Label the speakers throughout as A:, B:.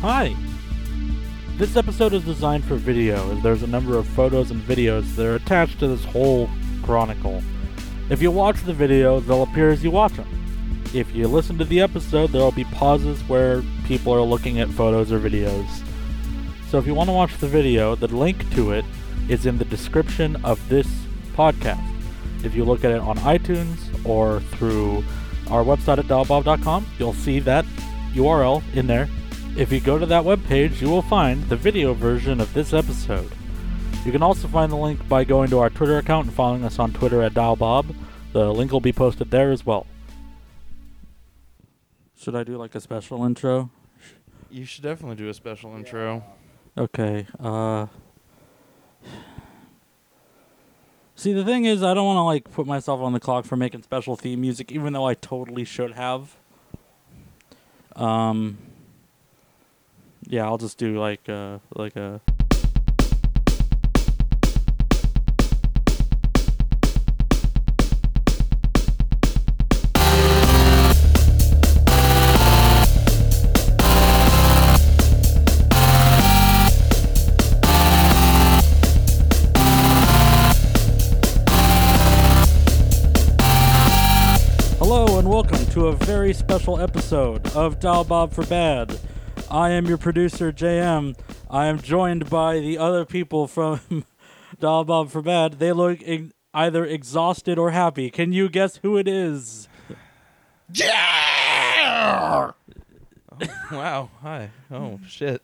A: Hi! This episode is designed for video, as there's a number of photos and videos that are attached to this whole chronicle. If you watch the videos, they'll appear as you watch them. If you listen to the episode, there'll be pauses where people are looking at photos or videos. So if you want to watch the video, the link to it is in the description of this podcast. If you look at it on iTunes or through our website at dialbob.com, you'll see that URL in there. If you go to that webpage, you will find the video version of this episode. You can also find the link by going to our Twitter account and following us on Twitter at dialbob. The link will be posted there as well. Should I do like a special intro?
B: You should definitely do a special intro.
A: Okay. Uh See, the thing is, I don't want to like put myself on the clock for making special theme music, even though I totally should have. Um. Yeah, I'll just do like uh like a. Hello and welcome to a very special episode of Dial Bob for Bad. I am your producer JM. I am joined by the other people from Dial Bob for Bad. They look e- either exhausted or happy. Can you guess who it is?
B: Wow. Hi.
A: Hmm.
B: Oh shit.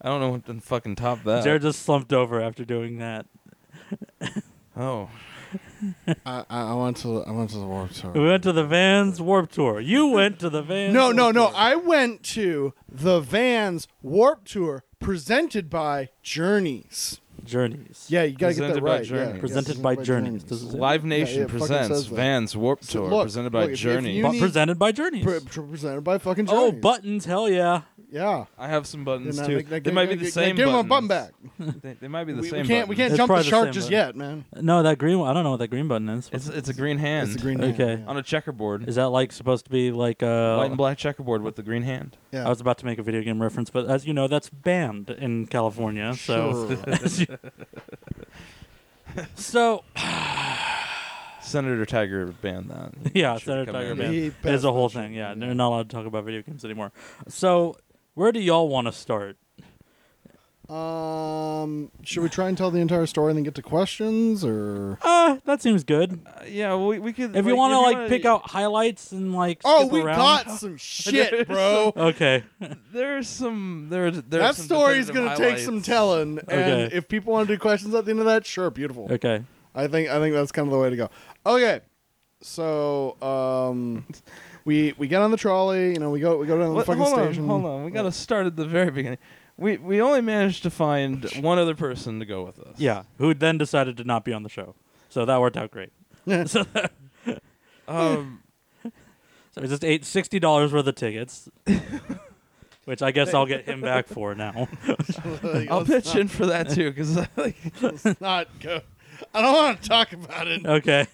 B: I don't know what to fucking top that.
A: They're just slumped over after doing that.
B: oh.
C: I, I I went to I went to the warp tour.
A: We went to the Vans Warp Tour. You went to the Vans.
D: No,
A: Warped
D: no, no.
A: Tour.
D: I went to the Vans Warp Tour presented by Journeys.
A: Journeys.
D: Yeah, you gotta
B: Presented
D: get that
B: by
D: right.
B: Journeys.
D: Yeah.
A: Presented
C: Yes,
A: by
C: by
A: Journeys.
C: Journeys.
A: This is it.
B: Live Nation
D: yeah, it fucking
B: presents
D: says that.
B: Vans Warp
D: So
B: Tour,
D: look,
B: presented by
D: look, if- if
B: Journey.
D: you-
A: Bu-
D: need-
A: presented by Journeys.
D: Pre- pre- presented by fucking
A: oh,
D: Journeys.
A: buttons. Hell yeah.
D: yeah.
B: I have some buttons
D: Now
B: too.
D: now
B: they
D: give-
B: might be
D: now
B: the
D: give-
B: same.
D: now Give him a button back.
B: buttons. They, they might be the
D: we,
B: same.
D: we can't we
B: buttons.
D: can't
A: It's
D: jump the
A: probably the
D: shark
A: same
D: just
A: button.
D: yet, man.
A: No, that green one. I don't know what that green button is.
B: It's it's a green hand.
D: It's the green.
A: Okay.
D: hand,
B: on a checkerboard.
A: Is that like supposed to be like uh
B: White and black checkerboard with the green hand.
D: Yeah.
A: I was about to make a video game reference, but as you know, that's banned in California. So,
D: Sure.
A: so
B: Senator Tiger banned that.
A: yeah,
B: Should've
A: Senator
B: come
A: Tiger
B: out.
A: banned.
D: He
A: It's
D: passed
A: a
D: that
A: whole
D: shit.
A: thing. Yeah, they're not allowed to talk about video games anymore. So, where do y'all want to start?
D: Um, should we try and tell the entire story and then get to questions, or
A: Uh, that seems good.
B: Uh, yeah, we, we could.
A: If you want to like
B: wanna-
A: pick out highlights and like
D: oh,
A: skip
D: we
A: around.
D: got some shit, bro.
A: Okay.
B: there's some there's there's
D: that
B: some
D: story's
B: definitive
D: gonna take some
B: highlights.
D: telling, and
A: Okay.
D: if people want to do questions at the end of that, sure, beautiful.
A: Okay.
D: I think I think that's kind of the way to go. Okay, so um, we we get on the trolley. You know, we go we go down to the
B: What-
D: fucking
B: hold
D: station.
B: on, hold on. We got to start at the very beginning. We we only managed to find
D: Oh,
B: one other person to go with us.
A: Yeah. Who then decided to not be on the show? So that worked out great. so,
B: Um,
A: so I just ate sixty dollars worth of tickets, which I guess I'll get him back for now.
D: Like,
B: I'll
D: let's
B: pitch in for that too because like
D: let's not go. I don't want to talk about it.
A: Okay.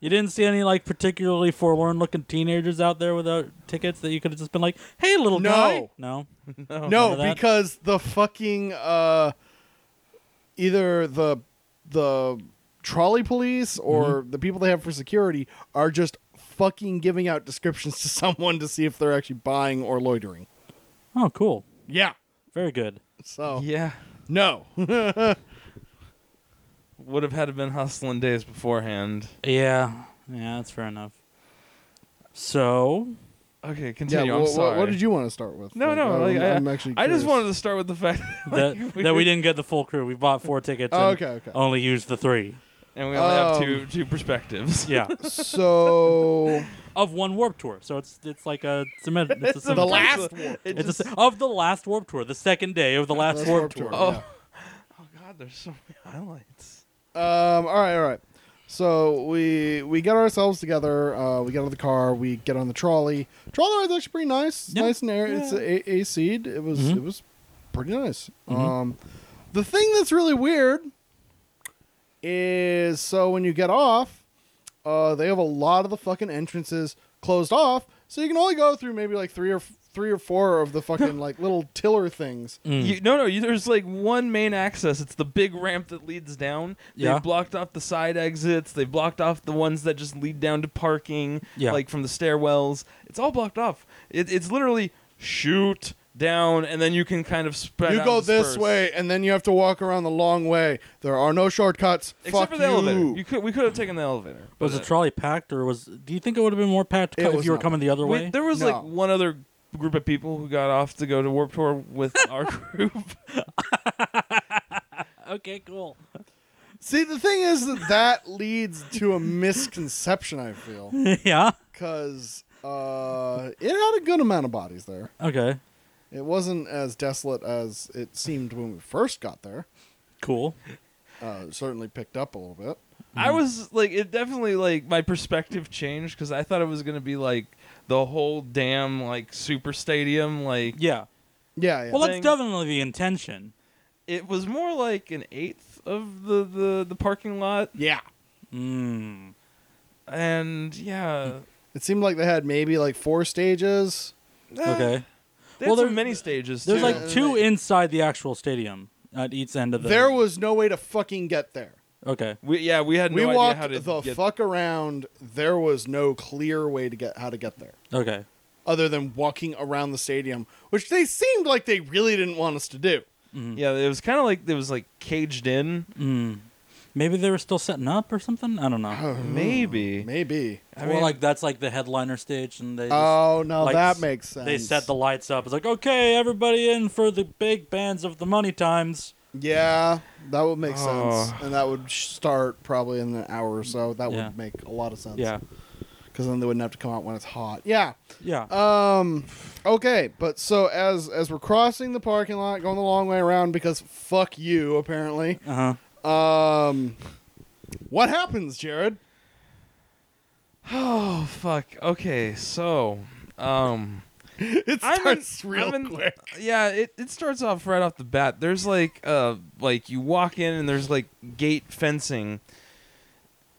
A: You didn't see any like particularly forlorn looking teenagers out there without tickets that you could have just been like, "Hey, little
D: No.
A: guy." No.
B: no.
D: No,
A: remember that?
D: because the fucking uh, either the the trolley police or
B: Mm-hmm.
D: the people they have for security are just fucking giving out descriptions to someone to see if they're actually buying or loitering.
A: Oh, cool.
D: Yeah.
A: Very good.
D: So
B: Yeah,
D: no.
B: would have had to been hustling days beforehand.
A: Yeah. Yeah, that's fair enough. So,
B: Okay, continue.
D: Yeah,
B: I'm
D: wha- wha-
B: sorry.
D: What did you want to start with?
B: No,
D: Like,
B: no.
D: I'm-
B: Like, I,
D: I'm actually.
B: I just
D: curious.
B: wanted to start with the fact
A: that that we didn't get the full crew. We bought four tickets
D: Oh,
A: and
D: okay, okay.
A: only used the 3.
B: and we only have
D: Um,
B: two two perspectives.
A: Yeah.
D: So
A: of one warp tour. So it's it's like a it's a med- it's a
D: the
A: symmetry.
D: last one.
B: It
A: it's a
B: just-
A: se- of the last warp tour, the second day of the last,
D: Last
A: warp,
D: Warped
A: tour.
D: Tour.
B: oh. oh god, there's so many highlights.
D: Um. All right. All right. So we we get ourselves together. Uh, we get out of the car. We get on the trolley. Trolley ride's actually pretty nice. It's
A: Yeah.
D: Nice and air. It's a AC'd. It was
A: Mhm.
D: it was pretty nice.
A: Mhm.
D: Um, the thing that's really weird is so when you get off, uh, they have a lot of the fucking entrances closed off So you can only go through maybe like three or three or four of the fucking like little tiller things.
A: Oh, Hmm. mm.
B: You, no, no. You, there's like one main access. It's the big ramp that leads down. They've
A: Yeah.
B: blocked off the side exits. They've blocked off the ones that just lead down to parking.
A: Yeah.
B: Like from the stairwells. It's all blocked off. It, it's literally shoot down, and then you can kind of spread.
D: You
B: out
D: go
B: and
D: this
B: disperse.
D: way, and then you have to walk around the long way. There are no shortcuts.
B: except
D: Fuck
B: for the
D: you.
B: elevator. You could we could have taken the elevator.
A: Was the
B: but-
A: trolley packed, or was? Do you think it would have been more packed
D: It
A: if
D: was
A: you were
D: not.
A: coming the other
B: Wait,
A: way?
B: there was like
D: No.
B: one other group of people who got off to go to Warp Tour with our group.
A: okay, cool.
D: See, the thing is that that leads to a misconception. I feel
A: yeah.
D: because uh, it had a good amount of bodies there.
A: Okay.
D: It wasn't as desolate as it seemed when we first got there.
A: Cool.
D: Uh, it certainly picked up a little bit.
B: I was like, it definitely like my perspective changed because I thought it was gonna be like the whole damn like super stadium. Like
A: Yeah.
D: Yeah, yeah.
A: Well,
B: Thing-
A: that's definitely the intention.
B: it was more like an eighth of the the, the parking lot,
D: yeah.
A: Mm.
B: and yeah,
D: It seemed like they had maybe like four stages.
B: eh,
A: Okay.
B: They
A: Well,
B: well, there
A: there-
B: many stages.
A: There's
B: too.
A: like two inside the actual stadium at each end of the.
D: There was no way to fucking get there.
A: Okay.
B: we, yeah, we had no
D: we
B: idea
D: walked
B: how to
D: the
B: get-
D: fuck around. There was no clear way to get how to get there
A: Okay.
D: other than walking around the stadium, which they seemed like they really didn't want us to do.
B: Yeah, it was kind of like it was like caged in.
A: Mm. Maybe they were still setting up or something. I don't know.
B: Maybe.
D: Mm-hmm. Maybe.
B: I
A: or
B: mean-
A: like that's like the headliner stage, and they just,
D: Oh, no,
A: like,
D: that makes sense.
A: they set the lights up. It's like okay, everybody in for the big bands of the money times.
D: Yeah, that would make sense.
B: Oh.
D: And that would sh- start probably in an hour or so. That
A: Yeah.
D: would make a lot of sense.
A: Yeah.
D: Because then they wouldn't have to come out when it's hot. Yeah.
A: Yeah.
D: Um. Okay, but so as as we're crossing the parking lot, going the long way around because fuck you apparently.
A: Uh huh.
D: Um. What happens, Jared?
B: Oh fuck. Okay, so um
D: It
B: I'm in-
D: starts real
B: I'm in-
D: quick.
B: yeah, it, it starts off right off the bat. There's like uh like you walk in and there's like gate fencing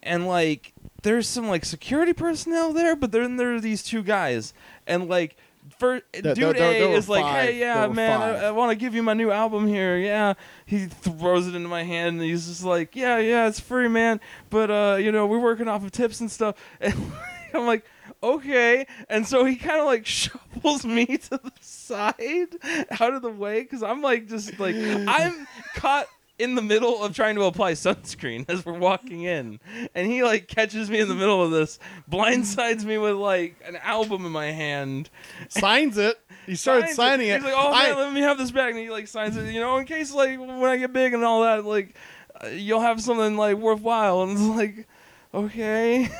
B: and like there's some like security personnel there, but then there are these two guys and like first
D: there-
B: dude
D: there- there
B: A
D: were
B: is like,
D: five.
B: hey yeah
D: There were
B: man, uh,
D: five.
B: I, I want to give you my new album here. Yeah, he throws it into my hand and he's just like, yeah yeah, it's free man, but uh you know we're working off of tips and stuff. And I'm like. Okay, and so he kind of like shovels me to the side, out of the way, because I'm like just like I'm caught in the middle of trying to apply sunscreen as we're walking in, and he like catches me in the middle of this, blindsides me with like an album in my hand.
D: Signs it. He started
B: Signs
D: signing it.
B: He's like, "Oh man,
D: I-
B: let me have this back," and he like signs it. You know, in case like when I get big and all that, like uh, you'll have something like worthwhile. And it's like, okay.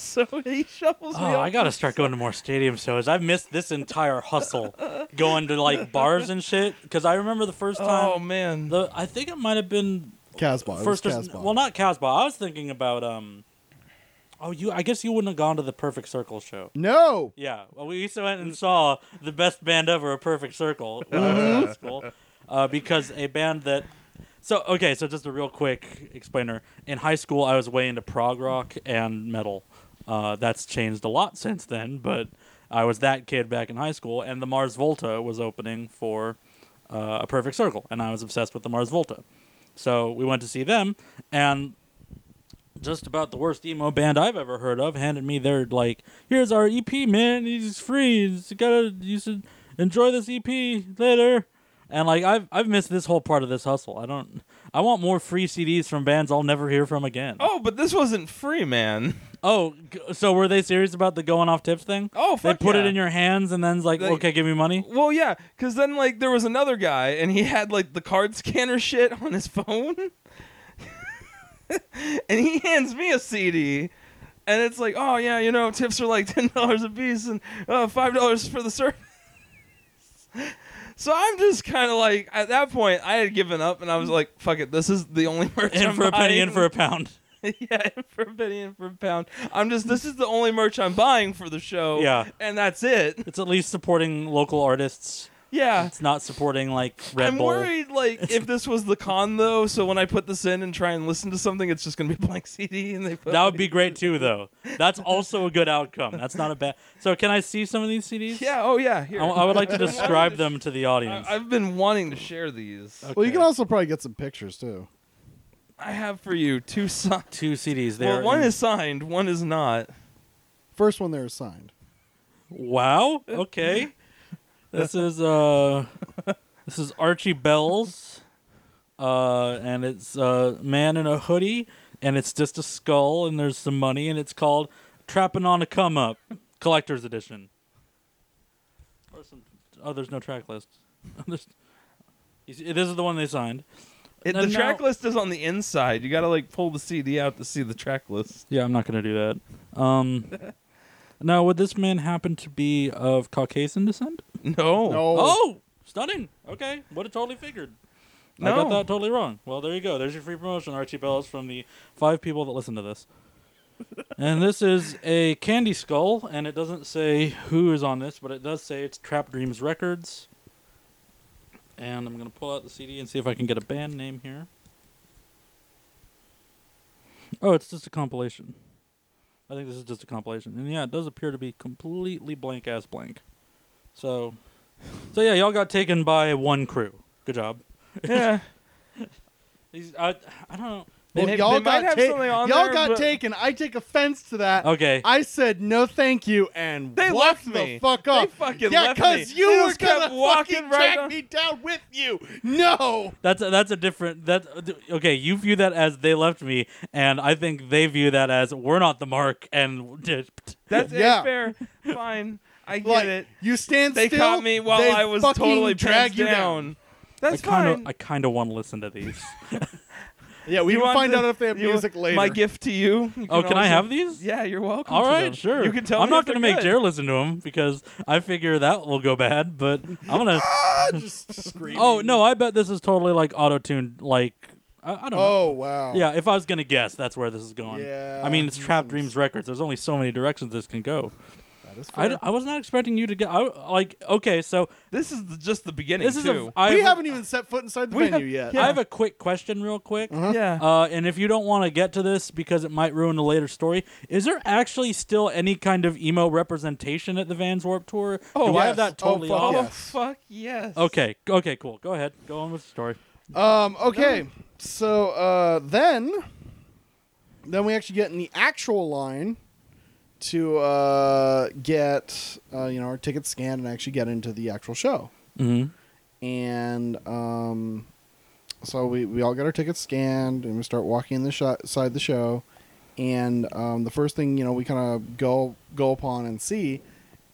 B: so he shovels me.
A: Oh, I
B: off
A: gotta start going to more stadium shows. I've missed this entire hustle, going to like bars and shit. Because I remember the first
B: the-
A: time.
B: Oh man.
A: the I think it might have been
D: Casbah. Oh, it
A: first.
D: was
A: Or,
D: Casbah.
A: well, not Casbah. I was thinking about um. Oh, you. I guess you wouldn't have gone to the Perfect Circle show.
D: no.
A: Yeah, well, we used to went and saw the best band ever, a Perfect Circle, when I was in high school, uh, because a band that. So okay, so just a real quick explainer. In high school, I was way into prog rock and metal. Uh, that's changed a lot since then, but I was that kid back in high school, and the Mars Volta was opening for uh, a Perfect Circle, and I was obsessed with the Mars Volta. So we went to see them, and just about the worst emo band I've ever heard of handed me their like, here's our EP, man. It's free. You gotta you should enjoy this EP later. And like I've I've missed this whole part of this hustle. I don't I want more free CDs from bands I'll never hear from again.
B: Oh, but this wasn't free, man.
A: oh g- so were they serious about the going off tips thing?
B: Oh,
A: they
B: fuck
A: put it
B: yeah.
A: in your hands and then's like,
B: They-
A: okay, give me money.
B: Well, yeah, because then like there was another guy, and he had like the card scanner shit on his phone, and he hands me a CD, and it's like, oh yeah, you know, tips are like ten dollars a piece, and uh, five dollars for the service. So I'm just kind of like at that point I had given up and I was like fuck it this is the only merch
A: In
B: I'm
A: for a penny, in
B: buying.
A: for a pound.
B: yeah, in for a penny and for a pound. I'm just this is the only merch I'm buying for the show.
A: Yeah.
B: and that's it.
A: It's at least supporting local artists
B: Yeah.
A: It's not supporting like Red
B: I'm
A: Bull.
B: worried, like, if this was the con though. So when I put this in and try and listen to something, it's just gonna be a blank CD, and they put
A: That would be great too, though. That's also a good outcome. That's not a bad. So, can I see some of these CDs?
B: Yeah. Oh yeah. Here.
A: I, I would like to
B: I've been
A: describe
B: wanting
A: them to the
B: to-
A: audience.
B: I- I've been wanting to share these.
D: Well, you
A: Okay.
D: can also probably get some pictures too.
B: I have for you two signed.
A: Two CDs. There.
B: Well, one is signed, one is not.
D: First one there is signed.
A: Wow. Okay. this is uh, this is Archie Bell's, uh, and it's a man in a hoodie, and it's just a skull, and there's some money, and it's called Trapping on a Come Up Collector's Edition. Or some, oh, there's no track list. There's- you see- this is the one they signed.
B: It,
A: No,
B: the
A: no.
B: track list is on the inside. You gotta like pull the CD out to see the track list.
A: Yeah, I'm not gonna do that. Um, now, would this man happen to be of Caucasian descent?
B: No.
D: No.
A: Oh, stunning. Okay, would have totally figured. I got
B: No.
A: that totally wrong. Well, there you go. There's your free promotion, Archie Bells, from the five people that listen to this. and this is a candy skull, and it doesn't say who is on this, but it does say it's Trap Dreams Records. And I'm gonna pull out the CD and see if I can get a band name here. Oh, it's just a compilation. I think this is just a compilation, and yeah, it does appear to be completely blank ass blank. So, so yeah, y'all got taken by one crew. Good job.
B: Yeah.
A: These, I, I don't know.
B: They
D: Well,
B: may-
D: y'all
B: they might
D: got
B: have
D: ta-
B: something on
D: y'all
B: there,
D: got
B: but-
D: taken. I take offense to that.
A: Okay.
D: I said no, thank you, and
B: They left
D: walked
B: me.
D: The fuck up.
B: They fucking
D: yeah,
B: left me.
D: you
B: They
D: were
B: just kept
D: gonna
B: walking
D: fucking
B: right
D: track
B: on-
D: me down with you. No.
A: that's a, that's a different. That okay. You view that as they left me, and I think they view that as we're not the mark, and dipped.
B: That's
D: Yeah.
B: it, fair. Fine. I get
D: Like
B: it.
D: you stand
B: They
D: still.
B: caught me while
D: they
B: I was
D: fucking
B: totally
D: drag
B: dragged
D: you
B: down.
A: I
B: That's
A: kind of
B: fine.
A: I kind of want to listen to these.
D: Yeah, we
B: You
D: can
B: want
D: find
B: the-
D: out if they have
B: you want
D: music later.
B: My gift to you. you
A: oh, can I have these?
B: Yeah, you're welcome.
A: All
B: to
A: right,
B: them.
A: sure.
B: You can tell.
A: I'm
B: me
A: not
B: if they're
A: gonna make
B: good.
A: Jer listen to them because I figure that will go bad. But I'm gonna.
D: Just screaming.
A: oh no, I bet this is totally like auto tuned. Like I, I don't know.
D: Oh wow.
A: Yeah, if I was gonna guess, that's where this is going.
D: Yeah.
A: I mean, it's Trap Dreams Records. There's only so many directions this can go.
D: That is
A: I,
D: fair.
A: I was not expecting you to get. I, like, okay, so
B: This is the, just the beginning.
A: this is a.
B: too.
A: I
D: we
A: have,
D: haven't even set foot inside the
B: We
D: venue
B: have-
D: yet.
A: I have a quick question, real quick.
D: Uh-huh.
B: yeah.
A: Uh, and if you don't want to get to this because it might ruin a later story, is there actually still any kind of emo representation at the Vans Warp Tour?
B: Oh,
A: Do I
D: yes.
A: have that
D: Oh,
A: totally
D: fuck
A: off?
B: oh
D: yes.
B: fuck yes.
A: Okay, okay, cool. Go ahead. Go on with the story.
D: Um, okay, so uh, then, then we actually get in the actual line to uh, get uh, you know our tickets scanned and actually get into the actual show.
A: Mm-hmm.
D: And um, so we, we all get our tickets scanned and we start walking in the sho- side the show. And um, the first thing you know we kind of go go upon and see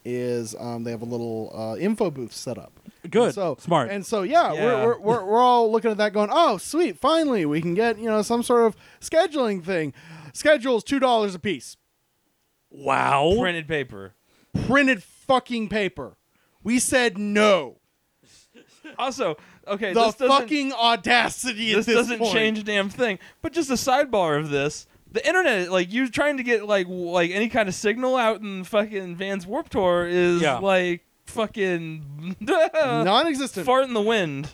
D: is um, they have a little uh, info booth set up.
A: Good.
D: And so
A: Smart.
D: And so yeah,
B: Yeah.
D: We're, we're, we're we're all looking at that going, oh sweet, finally we can get you know some sort of scheduling thing. Schedules two dollars a piece,
A: wow.
B: Printed paper.
D: printed fucking paper. We said no.
B: Also, okay.
D: the
B: this doesn't-
D: fucking audacity at
B: this,
D: this
B: doesn't
D: point.
B: change a damn thing. But just a sidebar of this, the internet, like you trying to get like w- like any kind of signal out in fucking Van's Warp Tour is
A: Yeah.
B: like fucking uh,
D: Non-existent.
B: fart in the wind.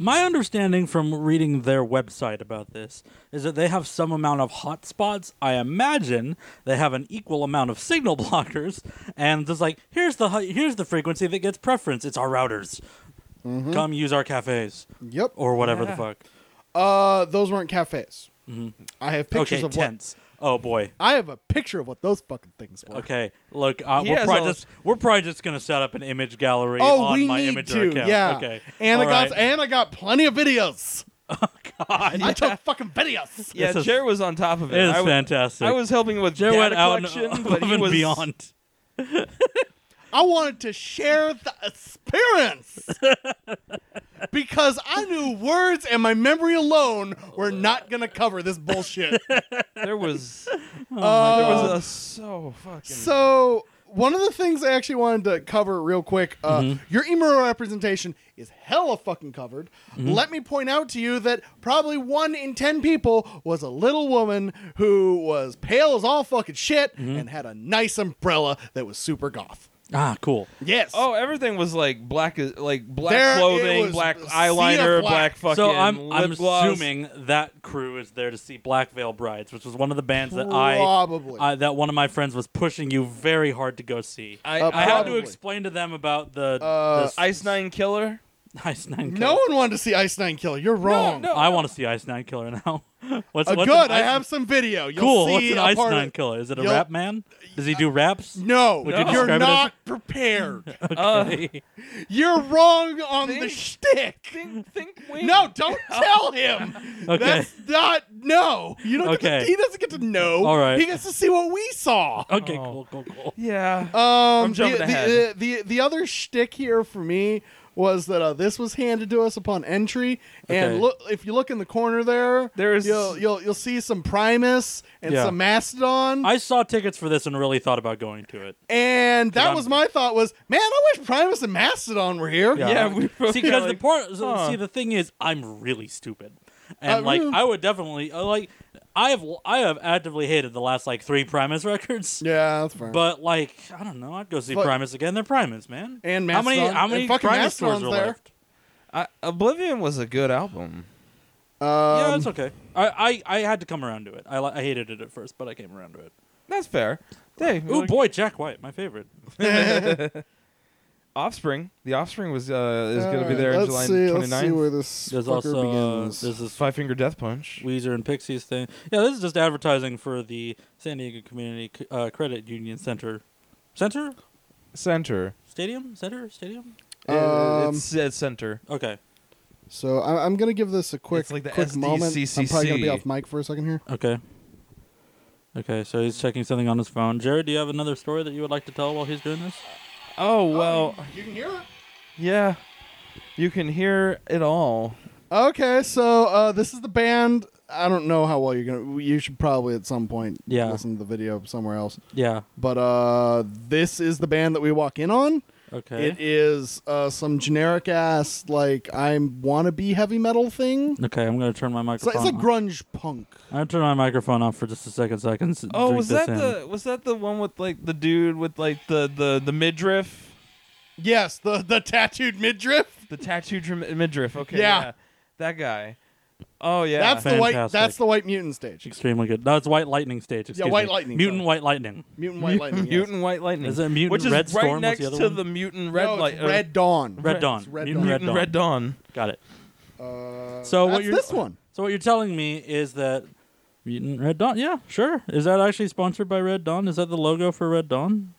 A: My understanding from reading their website about this is that they have some amount of hotspots. I imagine they have an equal amount of signal blockers, and just like here's the hi- here's the frequency that gets preference. It's our routers. Come use our cafes
D: Mm-hmm. yep.
A: or whatever
B: Yeah.
A: the fuck.
D: Uh, those weren't cafes.
A: Mm-hmm.
D: I have pictures
A: okay,
D: of what.
A: tents. Oh boy.
D: I have a picture of what those fucking things were.
A: Okay, look, uh,
B: He
A: we're
B: has
A: probably
B: all-
A: just we're probably just gonna set up an image gallery
D: Oh,
A: on
D: we
A: my
D: need
A: Imager
D: to.
A: account.
D: Yeah.
A: Okay.
D: And I
A: All
D: got
A: right. Oh,
D: and I got plenty of videos.
A: God,
D: I took fucking videos.
B: Yeah,
A: This is-
B: Jer was on top of it.
A: it is
B: I was,
A: fantastic.
B: I was helping with
A: Joe
B: data
A: went out and,
B: collection, but he
A: above
B: was
A: and beyond.
D: I wanted to share the experience because I knew words and my memory alone were not going to cover this bullshit.
B: There was
D: Uh,
B: there was a so fucking.
D: so one of the things I actually wanted to cover real quick, uh, your emo representation is hella fucking covered. Let me point out to you that probably one in ten people was a little woman who was pale as all fucking shit and had a nice umbrella that was super goth.
A: Ah, cool.
D: Yes.
B: Oh, everything was like black, as- like black
D: There- it
B: clothing,
D: was
B: black
D: sea of
B: eyeliner, black.
D: black.
B: fucking.
A: so I'm I'm
B: lip gloss.
A: assuming that crew is there to see Black Veil Brides, which was one of the bands that I,
D: probably.
A: I that one of my friends was pushing you very hard to go see.
B: I,
D: Uh,
A: I had to
D: probably.
A: explain to them about the,
D: Uh,
A: the
B: Ice Nine Killer.
A: Ice Nine. Killer.
D: no one wanted to see Ice Nine Killer. You're wrong.
B: no.
A: I want to see Ice Nine Killer now. what's
D: Uh,
A: what's an
D: good. I
A: Ice-
D: have some video. You'll
A: cool.
D: See
A: What's an
D: a
A: Ice
D: part of-
A: Nine Killer? Is it a
D: You'll-
A: rap man? Does he do raps?
D: No,
A: Would
D: Would
A: you
D: you
A: describe it
D: are
A: as-
D: not prepared.
B: Uh,
D: You're wrong on the
B: Think-
D: shtick.
B: think, think, wait.
D: No, don't tell him.
A: Okay.
D: That's not no. You don't. Get
A: Okay.
D: to, he doesn't get to know.
A: All right.
D: He gets to see what we saw.
A: okay,
B: Oh.
A: cool, cool, cool.
B: Yeah.
D: Um,
B: I'm jumping
D: the,
B: ahead.
D: The, the, the other shtick here for me was that uh, this was handed to us upon entry,
A: Okay.
D: and look if you look in the corner there,
B: There's-
D: you'll you'll, you'll see some Primus and
A: Yeah.
D: some Mastodon,
A: I saw tickets for this and really thought about going to it.
D: and that
A: I'm-
D: was my thought was, man, I wish Primus and Mastodon were here.
A: Yeah.
B: yeah. We both
A: see,
B: were
A: because the
B: like,
A: part, so-
B: huh.
A: see, the thing is, I'm really stupid, and
D: Uh,
A: like
D: mm.
A: I would definitely uh, like I have I have actively hated the last like three Primus records,
D: Yeah, that's fair.
A: but like I don't know, I'd go see
D: Fuck.
A: Primus again. They're Primus, man.
D: And
A: how many
D: Mastodon.
A: how
D: And
A: many
D: fucking
A: Primus tours
D: Mastodon's
A: are
D: there.
A: left?
B: I, Oblivion was a good album.
A: yeah,
D: Um,
A: it's okay. I, I I had to come around to it. I li- I hated it at first, but I came around to it.
B: That's fair. Hey,
A: Ooh,
B: like-
A: boy, Jack White, my favorite.
B: Offspring. The Offspring was uh, is going to be
D: Alright,
B: there on
D: let's
B: July
D: see,
B: 29th.
D: Let's see where this
A: There's
D: fucker
A: also uh,
D: begins.
A: there's this
B: Five Finger Death Punch.
A: Weezer and Pixies thing. Yeah, this is just advertising for the San Diego Community C- uh, Credit Union Center. Center?
B: Center.
A: Stadium? Center? Stadium?
B: It-
D: Um,
B: it's, it's center.
A: Okay.
D: so I, I'm gonna give this a quick,
B: It's like the
D: quick moment. I'm probably gonna
B: SDCCC.
D: be off mic for a second here.
A: Okay. Okay, so he's checking something on his phone. Jared, do you have another story that you would like to tell while he's doing this?
B: Oh well,
D: you can hear it.
B: yeah. You can hear it all.
D: Okay, so uh, this is the band. I don't know how well you're gonna. You should probably at some point
A: Yeah.
D: listen to the video somewhere else.
A: Yeah.
D: But uh, this is the band that we walk in on.
A: Okay.
D: It is uh, some generic ass like I wanna be heavy metal thing.
A: okay, I'm going to turn my
D: It's like,
A: microphone
D: it's like
A: off.
D: grunge punk.
A: I'm going to turn my microphone off for just a second so I can s-
B: Oh,
A: drink
B: was
A: this
B: that
A: in.
B: the was that the one with like the dude with like the the the midriff,
D: Yes, the the tattooed midriff.
B: the tattooed dr- midriff? Okay,
D: Yeah.
B: that guy. Oh yeah,
D: That's the white.
A: Fantastic.
D: That's the white mutant stage.
A: Extremely good. That's White Lightning stage. Excuse
D: White
A: me.
D: Lightning,
A: Mutant
D: sorry.
A: White Lightning.
D: Mutant
B: Mu-
D: white lightning. yes.
B: mutant white lightning.
A: Is it Mutant
B: Which is
A: Red
B: right
A: Storm? What's
B: next
A: the other
B: to
A: one?
B: the mutant red
D: No, it's
B: light. uh,
D: Red Dawn.
A: Red Dawn.
D: Red
A: Mutant
D: Dawn.
A: Red Dawn.
B: mutant red dawn.
A: Got it.
D: Uh,
A: So what
D: that's
A: you're-
D: this one?
A: So what you're telling me is that Mutant Red Dawn? Yeah, sure. Is that actually sponsored by Red Dawn? Is that the logo for Red Dawn?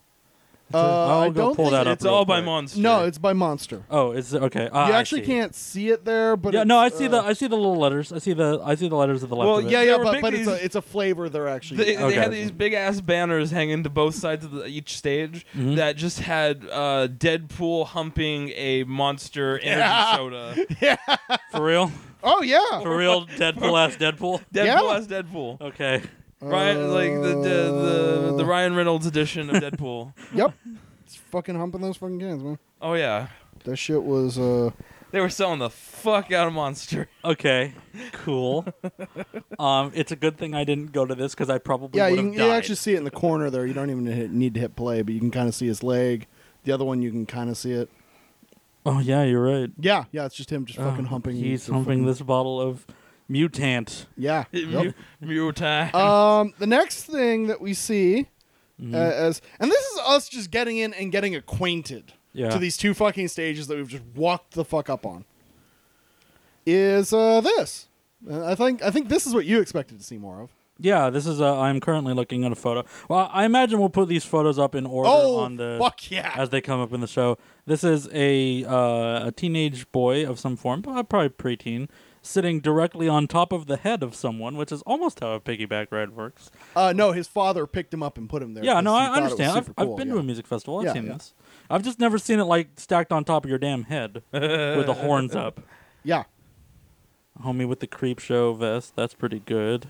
D: Uh,
A: I'll
D: I
A: go
D: don't
A: pull
D: think
A: that up.
B: It's all
A: real
B: by
A: quick.
B: monster.
D: No, it's by Monster.
A: Oh, it's okay. Ah,
D: you
A: I
D: actually
A: see.
D: can't see it there, but
A: yeah,
D: it's,
A: no, I see
D: uh,
A: the I see the little letters. I see the I see the letters of the left.
B: Well,
A: of it.
D: yeah,
B: They
D: yeah,
B: were
D: but,
B: big
D: but it's
B: these-
D: a it's a flavor they're actually.
B: They,
A: Okay.
B: they had these big ass banners hanging to both sides of the, each stage
A: Mhm.
B: that just had uh, Deadpool humping a monster energy
D: Yeah.
B: soda.
A: for real,
D: oh yeah,
A: for real, Deadpool ass Deadpool.
B: Deadpool
D: Yeah.
B: as Deadpool.
A: Okay,
B: Ryan, like the, the the the
D: Uh,
B: Ryan Reynolds edition of Deadpool.
D: Yep, it's fucking humping those fucking cans, man.
B: oh yeah,
D: That shit was uh.
B: they were selling the fuck out of Monster.
A: okay, cool. um, it's a good thing I didn't go to this because I probably
D: Yeah, you,
A: would
D: can,
A: have
D: you
A: died.
D: actually see it in the corner there. You don't even hit, need to hit play, but you can kind of see his leg. The other one, you can kind of see it.
A: oh yeah, you're right.
D: Yeah, yeah, it's just him just fucking
A: Oh,
D: humping.
A: He's
D: the
A: humping
D: fucking-
A: this bottle of mutant.
D: Yeah.
B: Mu-
D: yep.
B: Mutai.
D: um, the next thing that we see
A: Mhm.
D: uh, as and this is us just getting in and getting acquainted
A: Yeah.
D: to these two fucking stages that we've just walked the fuck up on is uh this Uh, i think i think this is what you expected to see more of
A: Yeah, this is. i I'm currently looking at a photo. Well, I imagine we'll put these photos up in order
D: oh
A: on the
D: fuck yeah
A: as they come up in the show. This is a uh, a teenage boy of some form, uh, probably preteen, sitting directly on top of the head of someone, which is almost how a piggyback ride works.
D: uh no his father picked him up and put him there
A: yeah,
D: 'cause
A: no,
D: he
A: I
D: thought it was
A: understand. I've,
D: super
A: I've
D: cool,
A: been
D: yeah.
A: to a music festival. I've
D: Yeah,
A: seen
D: yeah.
A: this. I've just never seen it like stacked on top of your damn head with the horns up.
D: yeah
A: Homie with the creep show vest. That's pretty good.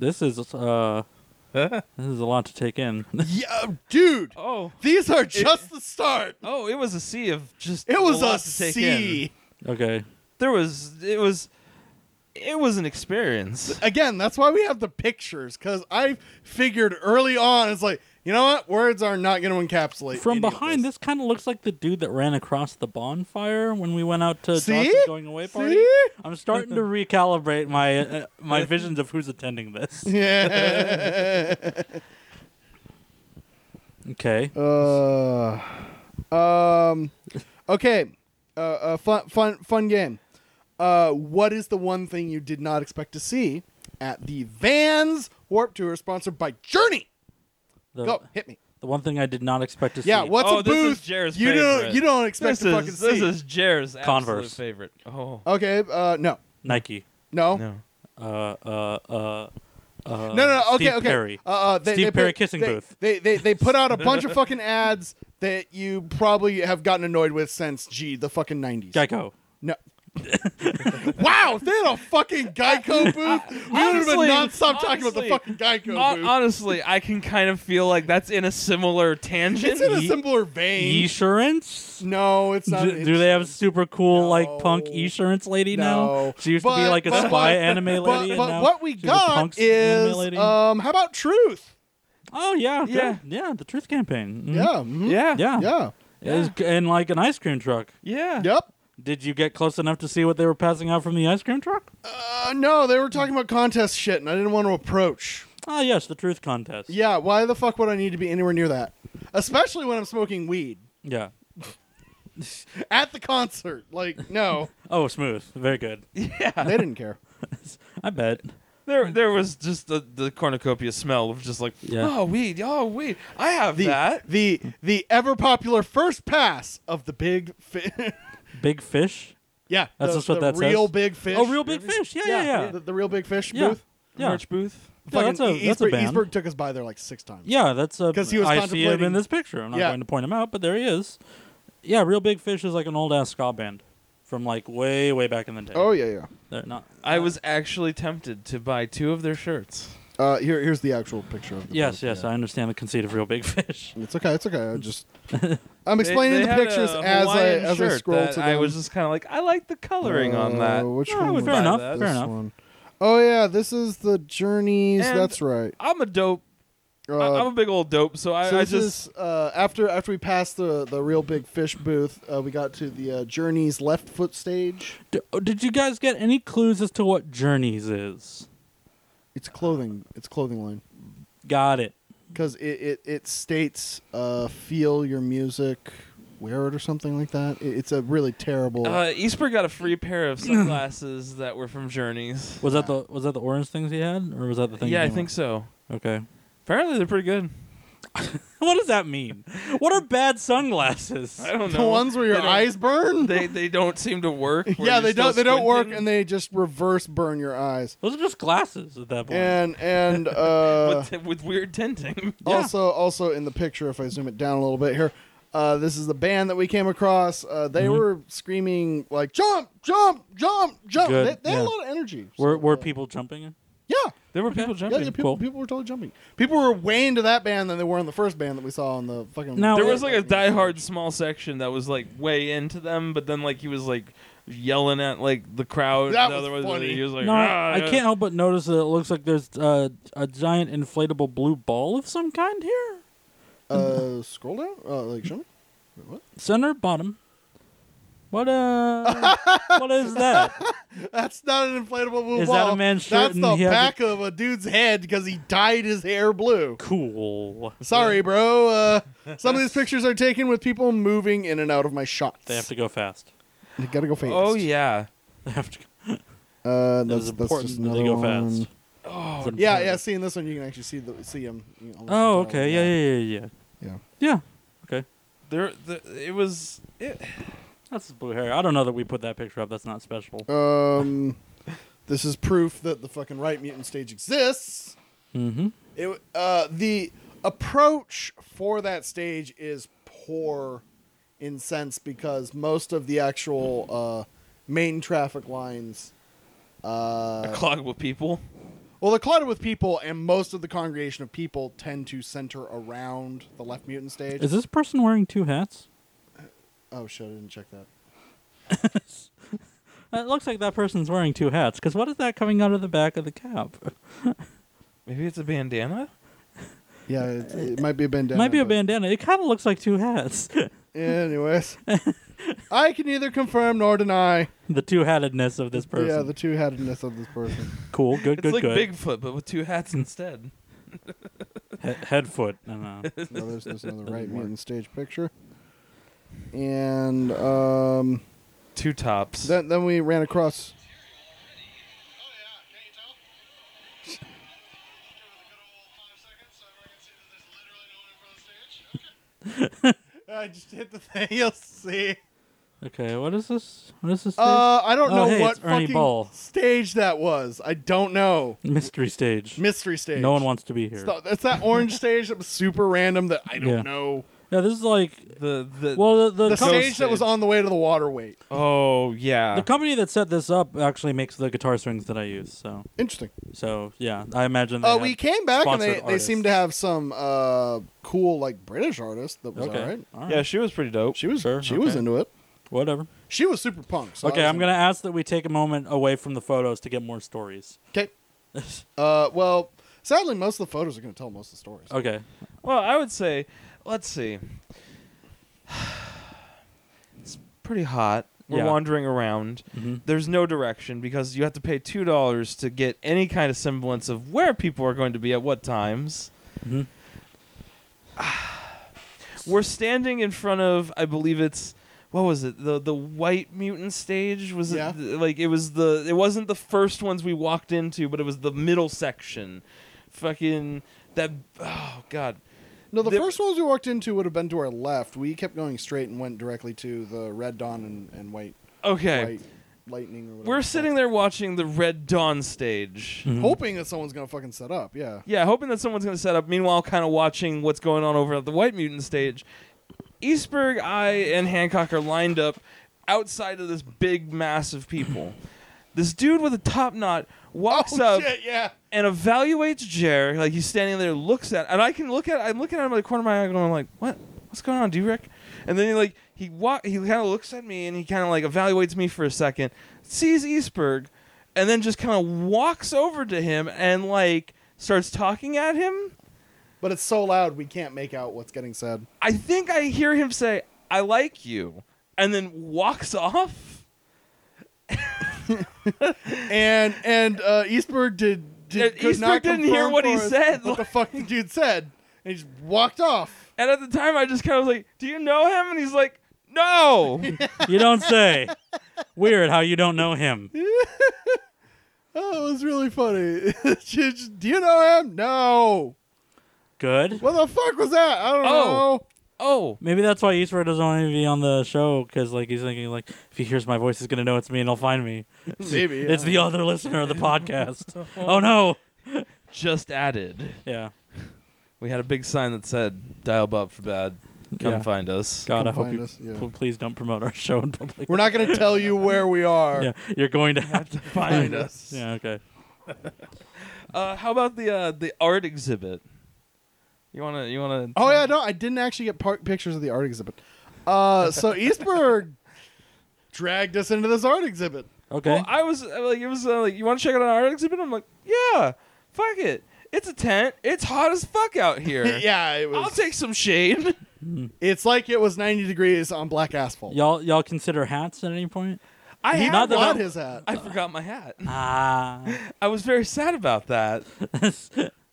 A: This is uh, this is a lot to take in.
D: yeah dude
B: oh,
D: these are just the start
B: oh, it was a sea of just.
D: it was
B: a, lot
D: a
B: to take
D: sea
B: in.
A: okay.
B: There was it was, it was an experience.
D: again that's why we have the pictures because i figured early on it's like You know what? Words are not going to encapsulate.
A: From
D: any of
A: behind, this, kind of looks like the dude that ran across the bonfire when we went out to
D: See?
A: Johnson going away party.
D: See?
A: I'm starting to recalibrate my uh, my visions of who's attending this.
D: Yeah.
A: Okay.
D: Uh, um, okay. Uh, uh, fun, fun, fun game. Uh, what is the one thing you did not expect to see at the Vans Warp Tour, sponsored by Journey?
A: The,
D: Go hit me.
A: the one thing I did not expect to Uh, see.
D: Yeah, what's
B: Oh,
D: a
B: this is
D: booth?
B: Jared's
D: you don't,
B: favorite.
D: you don't
B: This
D: expect to fucking
B: is this
D: see.
B: is Jer's
A: Converse.
B: absolute favorite. Oh
D: okay. Uh, no,
A: Nike.
D: no, no,
B: no.
A: Uh, uh, uh, uh,
D: no, no. Okay,
A: Steve
D: okay.
A: Perry.
D: Uh, uh, they,
A: Steve
D: they put-
A: Perry kissing
D: they-
A: booth.
D: They, they they put out a bunch of fucking ads that you probably have gotten annoyed with since gee the fucking nineties.
A: Geico.
D: No. wow, if they had a fucking Geico booth. We would have
B: honestly-
D: been non-stop talking about the
B: honestly,
D: fucking Geico
B: Hon-
A: uh,
D: booth.
B: honestly, I can kind of feel like that's in a similar tangent.
D: it's in a
A: ye-
D: simpler vein.
A: Insurance.
D: no, it's not.
A: Do, do they have a super cool like punk
D: No.
A: insurance lady now?
D: No.
A: She used to be
D: But-
A: like a
D: but
A: spy
D: what-
A: anime lady.
D: But,
A: and
D: but
A: now
D: what we
A: she's a
D: got
A: punk's anime
D: is
A: lady.
D: um, how about Truth?
A: oh yeah, good.
B: yeah.
A: yeah, the Truth Campaign. Mhm.
D: Yeah, mhm.
B: yeah.
A: yeah,
D: yeah,
A: It was g- and like an ice cream truck.
B: Yeah.
D: yep.
A: Did you get close enough to see what they were passing out from the ice cream truck?
D: Uh, no, they were talking about contest shit, and I didn't want to approach.
A: Ah, yes, the Truth Contest.
D: Yeah, why the fuck would I need to be anywhere near that? Especially when I'm smoking weed
A: yeah.
D: at the concert. Like, no,
A: Oh, smooth. Very good.
D: they didn't care.
A: I bet.
B: There there was just the, the cornucopia smell of just like
A: Yeah.
B: oh weed, oh weed. I have
D: the
B: that.
D: the the ever popular first pass of the big fish.
A: Big fish.
D: yeah,
A: That's
D: the,
A: just what
D: the
A: that says.
D: real big fish.
A: Oh, real big fish. Yeah, yeah, yeah.
D: The, the real big fish
A: Yeah.
D: booth.
A: Yeah.
B: Merch booth.
A: No, that's
D: Fucking
A: a- that's a
D: Eastberg-
A: band.
D: Eastberg took us by there like six times.
A: Yeah, that's a.
D: 'Cause he was
A: I see him in
D: contemplating-
A: this picture. I'm not
D: Yeah.
A: going to point him out, but there he is. Yeah, Real Big Fish is like an old ass ska band from like way, way back in the day.
D: Oh yeah, yeah.
A: They're not.
B: I was actually tempted to buy two of their shirts.
D: Uh, here here's the actual picture of the
A: Yes,
D: booth.
A: yes, I understand the conceit of Real Big Fish.
D: It's okay. It's okay. I just I'm
B: They-
D: explaining
B: they
D: the
B: had a
D: pictures as I
B: Hawaiian
D: as I
B: shirt
D: scroll
B: that
D: to them.
B: I was just kind of like, I like the coloring on that.
D: Uh, Which
A: Yeah,
D: one?
A: well,
D: was
A: fair
D: this
A: enough,
B: that.
A: fair enough.
D: one? Oh yeah, this is the journeys.
B: And-
D: That's right.
B: I'm a dope.
D: Uh,
B: I- I'm a big old dope, so I,
D: So
B: I
D: this
B: just
D: is uh, after after we passed the the real big fish booth, uh, we got to the uh, Journey's left foot stage.
A: D- oh, did you guys get any clues as to what Journeys is?
D: It's clothing. It's clothing line
A: Got it.
D: because it, it it states uh, feel your music, wear it or something like that. It, it's a really terrible.
B: uh, Eastberg got a free pair of sunglasses that were from Journeys.
A: Was that the was that the orange things he had, or was that the thing?
B: yeah,
A: he
B: I
A: came
B: think so.
A: with? Okay.
B: Apparently, they're pretty good.
A: what does that mean? What are bad sunglasses?
B: I don't
D: the
B: know.
D: ones where your
B: They don't-
D: eyes burn.
B: they they don't seem to work. where
D: yeah,
B: you're
D: they don't. They
B: still
D: don't work,
B: squinting.
D: and they just reverse burn your eyes.
A: Those are just glasses at that point.
D: And and uh,
B: with, t- with weird tinting.
D: Also, also in the picture, if I zoom it down a little bit here, uh, this is the band that we came across. Uh, they
B: Mm-hmm.
D: were screaming like "jump, jump, jump, jump."
A: Good,
D: They, they had
A: yeah.
D: a lot of energy. So,
A: were were
D: uh,
A: people jumping?
D: Yeah,
B: There were people
D: yeah,
B: jumping.
D: yeah. People,
A: cool.
D: people were totally jumping. People were way into that band than they were in the first band that we saw on the fucking.
A: Now-
B: There was like a diehard small section that was like way into them, but then like he was like yelling at like the crowd.
D: That
B: the
D: was
B: other ones,
D: funny.
B: He was like,
A: no,
B: "Ah,
A: I
B: yeah."
A: can't help but notice that it looks like there's uh, a giant inflatable blue ball of some kind here.
D: Uh, scroll down. Uh, like show me. Wait, what?
A: Center bottom. What uh? what is that?
D: That's not an inflatable blue
A: Is that a
D: ball.
A: man's shirt
D: That's
A: and
D: the
A: he has a-
D: back of a dude's head because he dyed his hair blue.
A: Cool.
D: Sorry, bro. Uh, some of these pictures are taken with people moving in and out of my shots.
A: They have to go fast.
D: You gotta go fast.
B: Oh yeah.
A: They have to. Go.
D: Uh,
A: It was
D: that's, that's
A: important
D: just
A: that
D: another
A: they go
D: one.
A: fast.
B: Oh,
A: It's
D: Yeah,
A: important.
D: yeah. Seeing this one, you can actually see the see him. you know,
A: Oh,
D: almost
A: okay. Yeah, yeah, yeah, yeah.
D: Yeah.
A: Yeah. Okay.
B: there, the, it was. It,
A: That's his blue hair. I don't know that we put that picture up. That's not special.
D: yeah. Um, this is proof that the fucking right mutant stage exists.
A: Mm-hmm.
D: It w- uh the approach for that stage is poor, in sense because most of the actual uh main traffic lines. Uh,
B: clogged with people.
D: Well, they're cluttered with people, and most of the congregation of people tend to center around the left mutant stage.
A: Is this person wearing two hats?
D: oh shit, I didn't check that.
A: Uh, It looks like that person's wearing two hats. Because what is that coming out of the back of the cap?
B: Maybe it's a bandana.
D: Yeah, it, it might be a bandana.
A: Might be a
D: but-
A: bandana. It kind of looks like two hats.
D: Anyways, I can neither confirm nor deny.
A: the two-hattedness of this person.
D: Yeah, the two headedness of this person.
A: cool. Good.
B: It's
A: good.
B: like
A: good.
B: Bigfoot, but with two hats instead.
A: He- head foot. I don't know.
D: No, there's, there's another right mutant stage picture. And um,
B: Two tops.
D: then then we ran across. I just hit the thing. You'll see.
A: Okay. What is this? What is this? stage?
D: Uh, I don't
A: Oh,
D: know
A: hey,
D: what
A: it's Ernie
D: fucking
A: Ball.
D: stage that was. I don't know.
A: Mystery stage.
D: Mystery stage.
A: No one wants to be here.
D: Stop. That's that orange stage that was super random. That I don't
A: Yeah.
D: know.
A: No, this is like.
B: the the
A: Well, the the,
D: The
A: co-
D: stage that was
B: stage.
D: on the way to the waterway.
B: oh yeah.
A: the company that set this up actually makes the guitar strings that I use. So
D: Interesting.
A: so yeah, I imagine. they
D: Uh,
A: had-
D: we came back and
A: sponsored
D: they, they seemed to have some uh, cool like British artist that was
A: Okay.
D: all right.
A: All right.
B: yeah, she was pretty dope.
D: She was
A: Sure,
D: she was
A: okay.
D: into it.
A: Whatever.
D: She was super punk. So
A: Okay, I'm gonna ask that we take a moment away from the photos to get more stories.
D: Okay. Uh, well, sadly, most of the photos are gonna tell most of the stories.
A: okay.
B: Well, I would say, let's see. It's pretty hot. We're
A: Yeah.
B: wandering around.
A: Mhm.
B: There's no direction because you have to pay two dollars to get any kind of semblance of where people are going to be at what times.
A: Mhm.
B: We're standing in front of, I believe it's, what was it? The the white mutant stage was
D: Yeah.
B: it like it was the it wasn't the first ones we walked into, but it was the middle section. Fucking that. Oh God.
D: No, the
B: There-
D: first ones we walked into would have been to our left. We kept going straight and went directly to the Red Dawn and, and White
B: Okay.
D: White Lightning. Or whatever
B: We're
D: it's
B: sitting
D: called.
B: there watching the Red Dawn stage.
D: hoping that someone's gonna fucking set up. Yeah.
B: Yeah, hoping that someone's going to set up. Meanwhile, kind of watching what's going on over at the White Mutant stage. Eastberg, I, and Hancock are lined up outside of this big mass of people. this dude with a top knot walks up
D: Oh, Shit, yeah.
B: and evaluates Jer. Like he's standing there, looks at, and I can look at. I'm looking at him like the corner of my eye, going like, "What? What's going on, D-Rick? And then he like he walk. He kind of looks at me and he kind of like evaluates me for a second, sees Eastberg, and then just kind of walks over to him and like starts talking at him.
D: But it's so loud we can't make out what's getting said.
B: I think I hear him say, "I like you," and then walks off.
D: And and uh, Eastberg did, did
B: Yeah,
D: could
B: Eastberg
D: not
B: didn't hear
D: confirm
B: what he
D: for us
B: said,
D: What the fuck the dude said, and he just walked off.
B: And at the time, I just kind of was like, "Do you know him?" And he's like, "No."
A: You don't say. Weird how you don't know him.
D: Oh, it was really funny. She just, Do you know him? No.
A: Good.
D: What the fuck was that? I don't
B: Oh.
D: know.
B: oh.
A: Maybe that's why Eastwood doesn't want to be on the show because, like, he's thinking, like, if he hears my voice, he's gonna know it's me and he'll find me.
D: Maybe. yeah.
A: It's the other listener of the podcast. oh no.
B: Just added.
A: Yeah.
B: We had a big sign that said "Dial Bob for bad. Come
A: Yeah.
B: find us."
A: God, I
D: Come
A: hope
D: find
A: you.
D: us, yeah.
A: pl- Please don't promote our show in public.
D: We're not gonna tell you where we are.
A: Yeah, you're going to have to.
B: Find
D: us.
A: Yeah. Okay.
B: Uh, how about the uh, the art exhibit? You wanna you wanna?
D: Oh yeah, no, I didn't actually get par- pictures of the art exhibit. Uh, so Eastberg dragged us into this art exhibit.
A: Okay.
B: Well, I was uh, like, it was uh, like, you want to check out an art exhibit? I'm like, yeah, fuck it. It's a tent. It's hot as fuck out here.
D: yeah, it
B: I'll
D: was.
B: take some shade.
D: it's like it was 90 degrees on black asphalt.
A: y'all, y'all consider hats at any point?
B: I
D: He
B: had
A: not that
D: bought
A: I'm-
D: his hat.
B: I forgot my hat.
A: Ah.
B: I was very sad about that.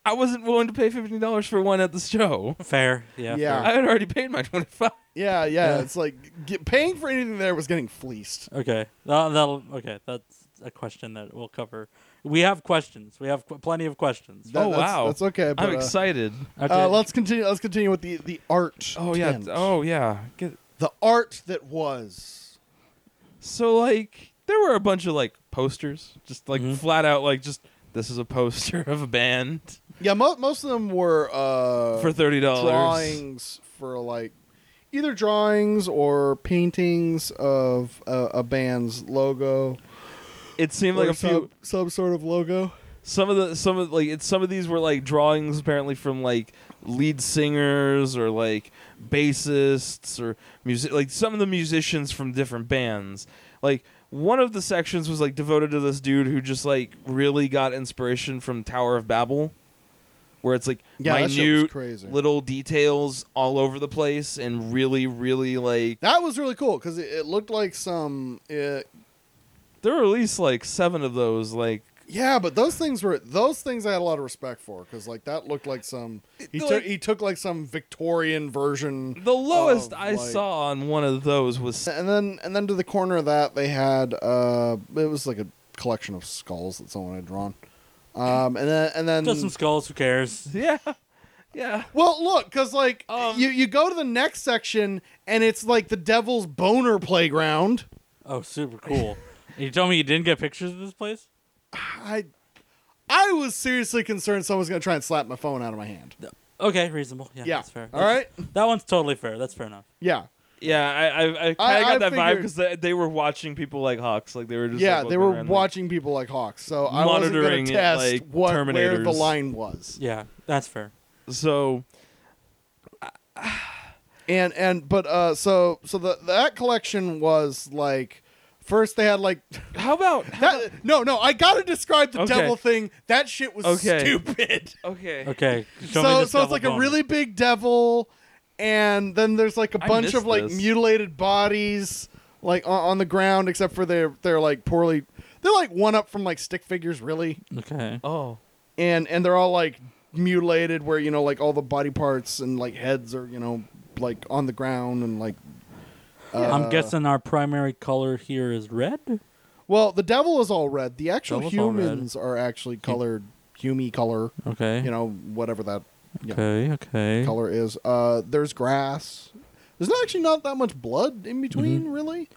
B: I wasn't willing to pay fifteen dollars for one at the show.
A: fair. Yeah.
D: Yeah.
B: I had already paid my twenty five.
D: Yeah, yeah. It's like get, paying for anything there was getting fleeced.
A: fair. Okay. That, that'll. Okay. That's a question that we'll cover. We have questions. We have qu- plenty of questions.
D: That-
B: Oh,
D: that's,
B: wow.
D: that's okay. But,
B: I'm
D: uh,
B: excited.
A: Okay.
D: Uh, let's continue. Let's continue with the the art.
B: Oh yeah.
D: tent.
B: Oh yeah. Get,
D: the art that was.
B: So like there were a bunch of like posters, just like
A: Mhm.
B: flat out like just this is a poster of a band
D: Yeah, mo- most of them were uh,
B: for thirty dollars.
D: drawings for like either drawings or paintings of a, a band's logo
B: It seemed
D: or
B: like a
D: some,
B: few
D: some sort of logo.
B: some of the some of like it's some of these were like drawings apparently from like lead singers or like bassists or music like some of the musicians from different bands. Like one of the sections was like devoted to this dude who just like really got inspiration from Tower of Babel. where it's like
D: Yeah, that shit was
B: minute
D: crazy.
B: little details all over the place and really, really like
D: That was really cool because it, it looked like some. uh
B: there were at least like seven of those. Like
D: yeah, but those things were those things I had a lot of respect for because like that looked like some. He
B: Like-
D: took he took like some Victorian version.
B: the lowest
D: of,
B: I
D: like-
B: saw on one of those was
D: and then and then to the corner of that they had uh it was like a collection of skulls that someone had drawn. Um and then and then
A: Just some skulls. Who cares?
B: yeah, yeah.
D: Well, look, because like
B: Um,
D: you you go to the next section and it's like the devil's boner playground.
A: Oh, super cool. you told me you didn't get pictures of this place.
D: I I was seriously concerned someone's gonna try and slap my phone out of my hand.
A: Okay, reasonable. Yeah,
D: yeah,
A: that's fair.
D: all right,
A: That one's totally fair. That's fair enough.
D: yeah,
B: Yeah, I I, I kind of
D: I-
B: got
D: I
B: that vibe
D: figured-
B: because they, they were watching people like hawks, like they were just
D: yeah.
B: like,
D: They
B: looking
D: were
B: around, like-
D: watching people like hawks, so I wasn't
B: Monitoring
D: gonna
B: it
D: test
B: like
D: what where the
B: Terminators.
D: line was.
A: Yeah, that's fair.
B: so
D: And and but uh, so so the that collection was like first they had like.
B: how about
D: That, no, no, I gotta describe the
B: Okay.
D: devil thing. That shit was
B: Okay.
D: stupid.
B: okay
A: Okay. Show me
D: so
A: this
D: so it's
A: double
D: like a
A: boner.
D: really big devil and then there's like a
B: I
D: bunch
B: missed
D: of like
B: this.
D: mutilated bodies like on, on the ground except for they're they're like poorly they're like one up from like stick figures really
A: okay.
B: oh
D: and and they're all like mutilated where you know like all the body parts and like heads are you know like on the ground and like Uh,
A: I'm guessing our primary color here is red.
D: well the devil is all red the actual
A: Devil's all red.
D: humans are actually colored humy color
A: Okay.
D: you know whatever that yeah.
A: Okay. Okay.
D: color is. Uh, there's grass. There's not actually not that much blood
A: Mm-hmm.
D: in between, really.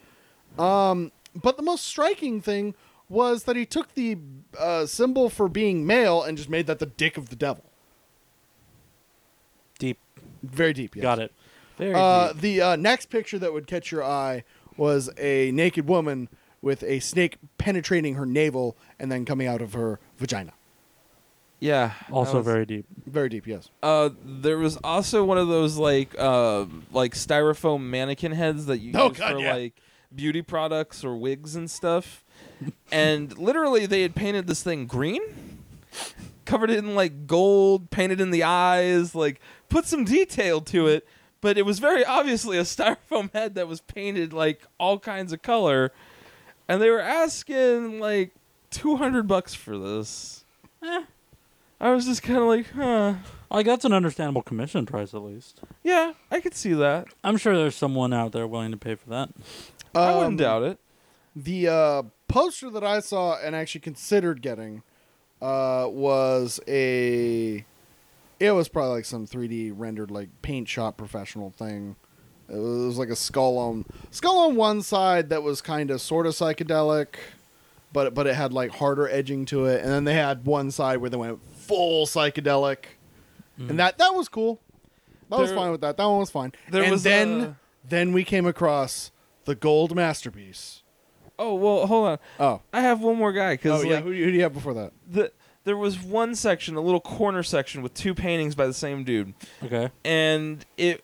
D: Um, but the most striking thing was that he took the uh, symbol for being male and just made that the dick of the devil.
A: Deep.
D: Very deep. Yes.
A: Got it. Very
D: Uh, the uh, next picture that would catch your eye was a naked woman with a snake penetrating her navel and then coming out of her vagina.
B: yeah that
A: Also
B: was-
A: very deep.
D: Very deep. Yes.
B: uh there was also one of those like uh like styrofoam mannequin heads that you
D: Oh,
B: use
D: God,
B: for
D: yeah.
B: like beauty products or wigs and stuff and literally they had painted this thing green covered it in like gold painted in the eyes like put some detail to it but it was very obviously a styrofoam head that was painted like all kinds of color and they were asking like 200 bucks for this
A: Eh.
B: i was just kind of like huh
A: Like that's an understandable commission price, at least.
B: yeah i could see that
A: I'm sure there's someone out there willing to pay for that.
B: I wouldn't
D: Um,
B: doubt it.
D: The uh, poster that I saw and actually considered getting uh, was a. It was probably like some 3D rendered like paint shop professional thing. It was, it was like a skull on skull on one side that was kind of sort of psychedelic, but but it had like harder edging to it, and then they had one side where they went full psychedelic, and that that was cool. That
B: Mm.
D: was
B: There-
D: fine with that. That one was fine.
B: there
D: and
B: was
D: then
B: a-
D: then we came across the gold masterpiece.
B: Oh well, hold on.
D: Oh.
B: I have one more guy
D: Oh,
B: because
D: yeah.
B: like
D: Who, do you- who do you have before that?
B: the, there was one section, a little corner section with two paintings by the same dude,
A: Okay.
B: and it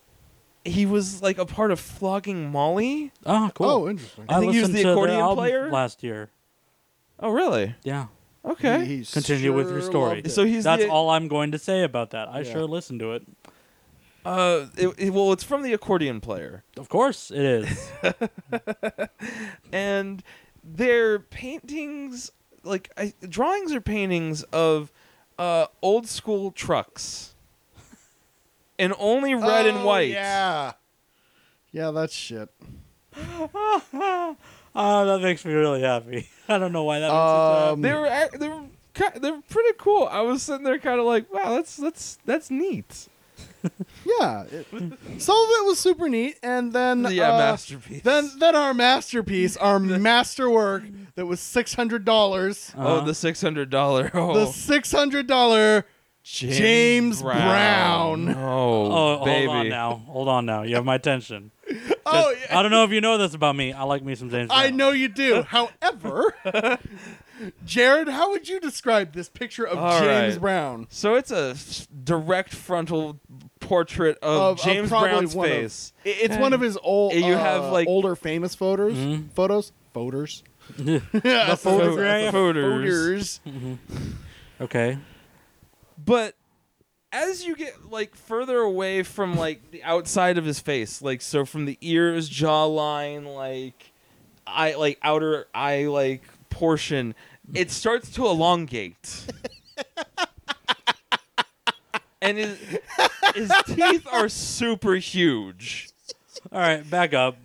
B: he was like a part of flogging Molly.
A: Oh, cool.
D: Oh, interesting.
B: I think he was
A: listened
B: the
A: to their
B: accordion
A: album
B: player?
A: last year.
B: Oh really?
A: Yeah.
B: Okay.
D: He- he
A: Continue with your
D: sure
A: story.
D: loved it.
B: so he's
A: That's
B: the,
A: all I'm going to say about that. I
D: Yeah.
A: sure listened to it.
B: Uh, it, it- well, it's from the accordion player,
A: Of course it is.
B: and their paintings, like I, drawings or paintings of uh, old school trucks, and only red
D: Oh,
B: and white.
D: Yeah. Yeah, that's shit.
A: oh, that makes me really happy. I don't know why that makes
D: Um,
A: me
B: they were ac- they were ki- they were pretty cool. I was sitting there kind of like, wow, that's that's that's neat.
D: Yeah. it- some of it was super neat, and then
B: yeah,
D: uh,
B: masterpiece.
D: Then then our masterpiece, our masterwork that was six hundred dollars.
A: so sad.
B: oh,
A: Uh-huh.
B: the six hundred dollar. Oh,
D: The six hundred dollar James, Brown.
A: Oh,
B: Oh, baby.
A: hold on now. Hold on now. You have my attention.
D: Oh,
A: Just-
D: yeah,
A: I don't know if you know this about me. I like me some James Brown.
D: I know you do. However, Jared, how would you describe this picture of
B: All
D: James
B: right.
D: Brown?
B: So it's a s- direct frontal portrait
D: Of-
B: of,
D: of
B: James
D: probably
B: Brown's
D: one of-
B: face.
D: I- It's one of his old.
B: You have,
D: uh,
B: like-
D: older famous photos,
A: Mhm.
D: photos, voters.
A: Yeah.
D: yeah,
A: The photograph.
B: Voters.
D: voters.
A: Okay.
B: But as you get like further away from like the outside of his face, like so from the ears, jawline, like eye, like outer eye, like portion, it starts to elongate. And his, his teeth are super huge.
A: All right, back up.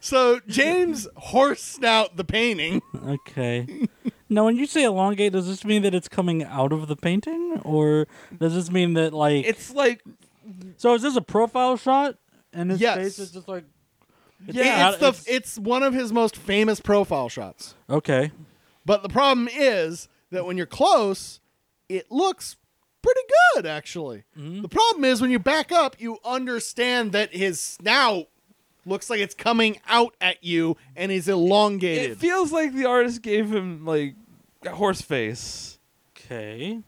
D: So James horse snout the painting.
A: Okay. Now, when you say elongate, does this mean that it's coming out of the painting, or does this mean that like?
B: It's like
A: so is this a profile shot? And his
D: Yes.
A: face is just like. It's
D: Yeah,
A: out-
D: it's, the, it's one of his most famous profile shots.
A: okay.
D: But the problem is that when you're close, it looks pretty good actually. The problem is when you back up, you understand that his snout looks like it's coming out at you and is elongated.
B: it feels like the artist gave him like a horse face.
A: Okay.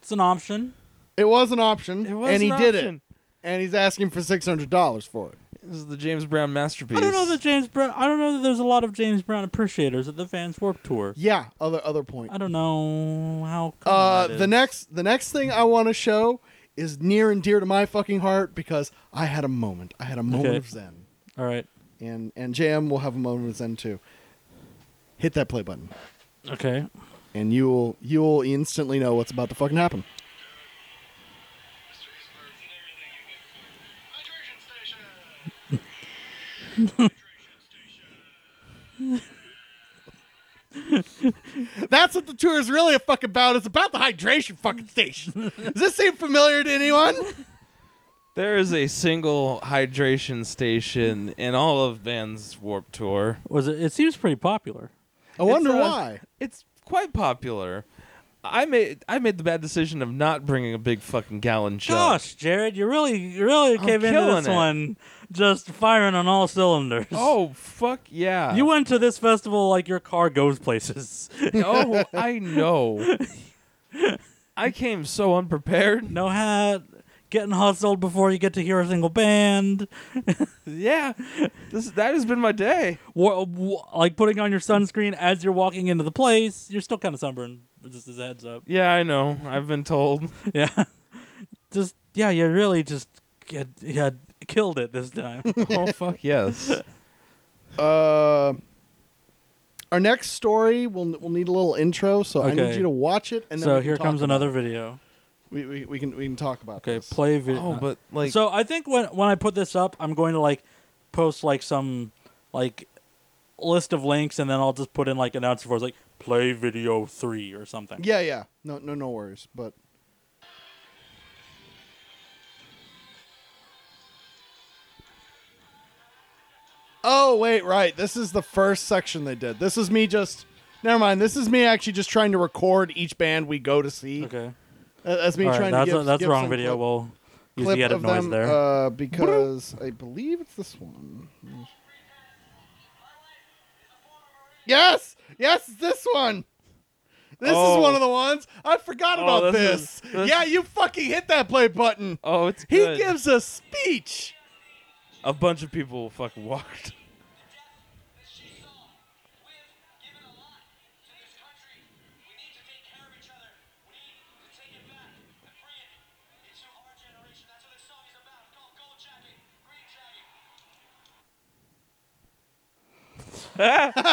A: It's an option.
D: It was an option,
B: It was
D: and he
B: an
D: did
B: option.
D: it, and he's asking for six hundred dollars for it.
B: This is the James Brown masterpiece.
A: I don't know that James Brown. I don't know that there's a lot of James Brown appreciators at the Fans Warp Tour.
D: Yeah, other other point.
A: I don't know how. Come
D: Uh,
A: that
D: the
A: is.
D: next the next thing I want to show is near and dear to my fucking heart because I had a moment. I had a moment
A: Okay.
D: of zen,
A: All right.
D: and and JM will have a moment of zen too. Hit that play button,
A: Okay.
D: and you will you will instantly know what's about to fucking happen. That's what the tour is really fucking about. It's about the hydration fucking station. Does this seem familiar to anyone?
B: There is a single hydration station in all of Van's Warp Tour.
A: Was it? It seems pretty popular.
D: I wonder
B: uh,
D: why.
B: It's quite popular. I made I made the bad decision of not bringing a big fucking gallon jug.
A: Gosh, Jared, you really, you really came into
B: killing
A: this
B: it.
A: one just firing on all cylinders.
B: Oh fuck yeah!
D: Uh,
A: You went to this festival like your car goes places.
B: oh, I know. I came so unprepared.
A: no hat, getting hustled before you get to hear a single band,
B: Yeah, this that has been my day.
A: wa- wa- like putting on your sunscreen as you're walking into the place. You're still kind of sunburned, but just as a heads up.
B: Yeah, I know. I've been told.
A: Yeah, just yeah, you really just get yeah killed it this time.
B: Oh fuck yes.
D: Uh, our next story will will need a little intro, so I need
A: Okay.
D: you to watch it. And then we
A: so
D: can
A: here
D: talk
A: comes
D: about
A: another
D: it.
A: video.
D: We, we we can we can talk about.
A: Okay,
D: this.
A: play video.
B: Oh, but like
A: so I think when when I put this up, I'm going to like post like some like list of links, and then I'll just put in like announcer for like play video three or something.
D: Yeah, yeah. No, no, no worries. But oh wait, right. This is the first section they did. This is me just. Never mind. This is me actually just trying to record each band we go to see.
A: Okay.
D: Uh, That's me
A: All right,
D: trying
A: that's
D: to give.
A: that's
D: give
A: the wrong
D: some
A: video.
D: clip-
A: we'll use
D: clip
A: the edit
D: of
A: noise
D: them,
A: there.
D: Uh, because I believe it's this one. Yes, yes, it's this one. This
B: Oh.
D: is one of the ones I forgot
B: Oh, this
D: about. This,
B: is- this-
D: yeah, you fucking hit that play button.
B: oh, it's
D: he
B: good.
D: gives a speech.
B: a bunch of people fucking walked.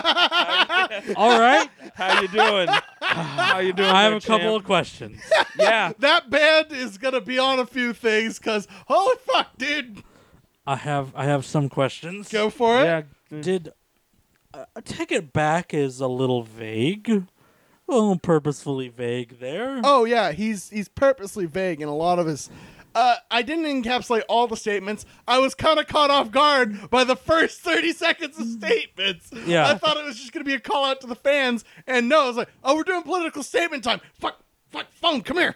A: All right,
B: How you doing? How you doing?
A: I have
B: there,
A: a couple of
B: champ?
A: questions.
B: yeah.
D: That band is gonna be on a few things because holy fuck, dude,
A: I have I have some questions.
D: go for it.
B: Yeah.
A: Did uh, take it back is a little vague, a little purposefully vague there.
D: Oh yeah, he's he's purposely vague in a lot of his. Uh, I didn't encapsulate all the statements. I was kind of caught off guard by the first thirty seconds of statements.
A: Yeah.
D: I thought it was just gonna be a call out to the fans, and no, I was like, oh, we're doing political statement time. Fuck, fuck, phone, come here,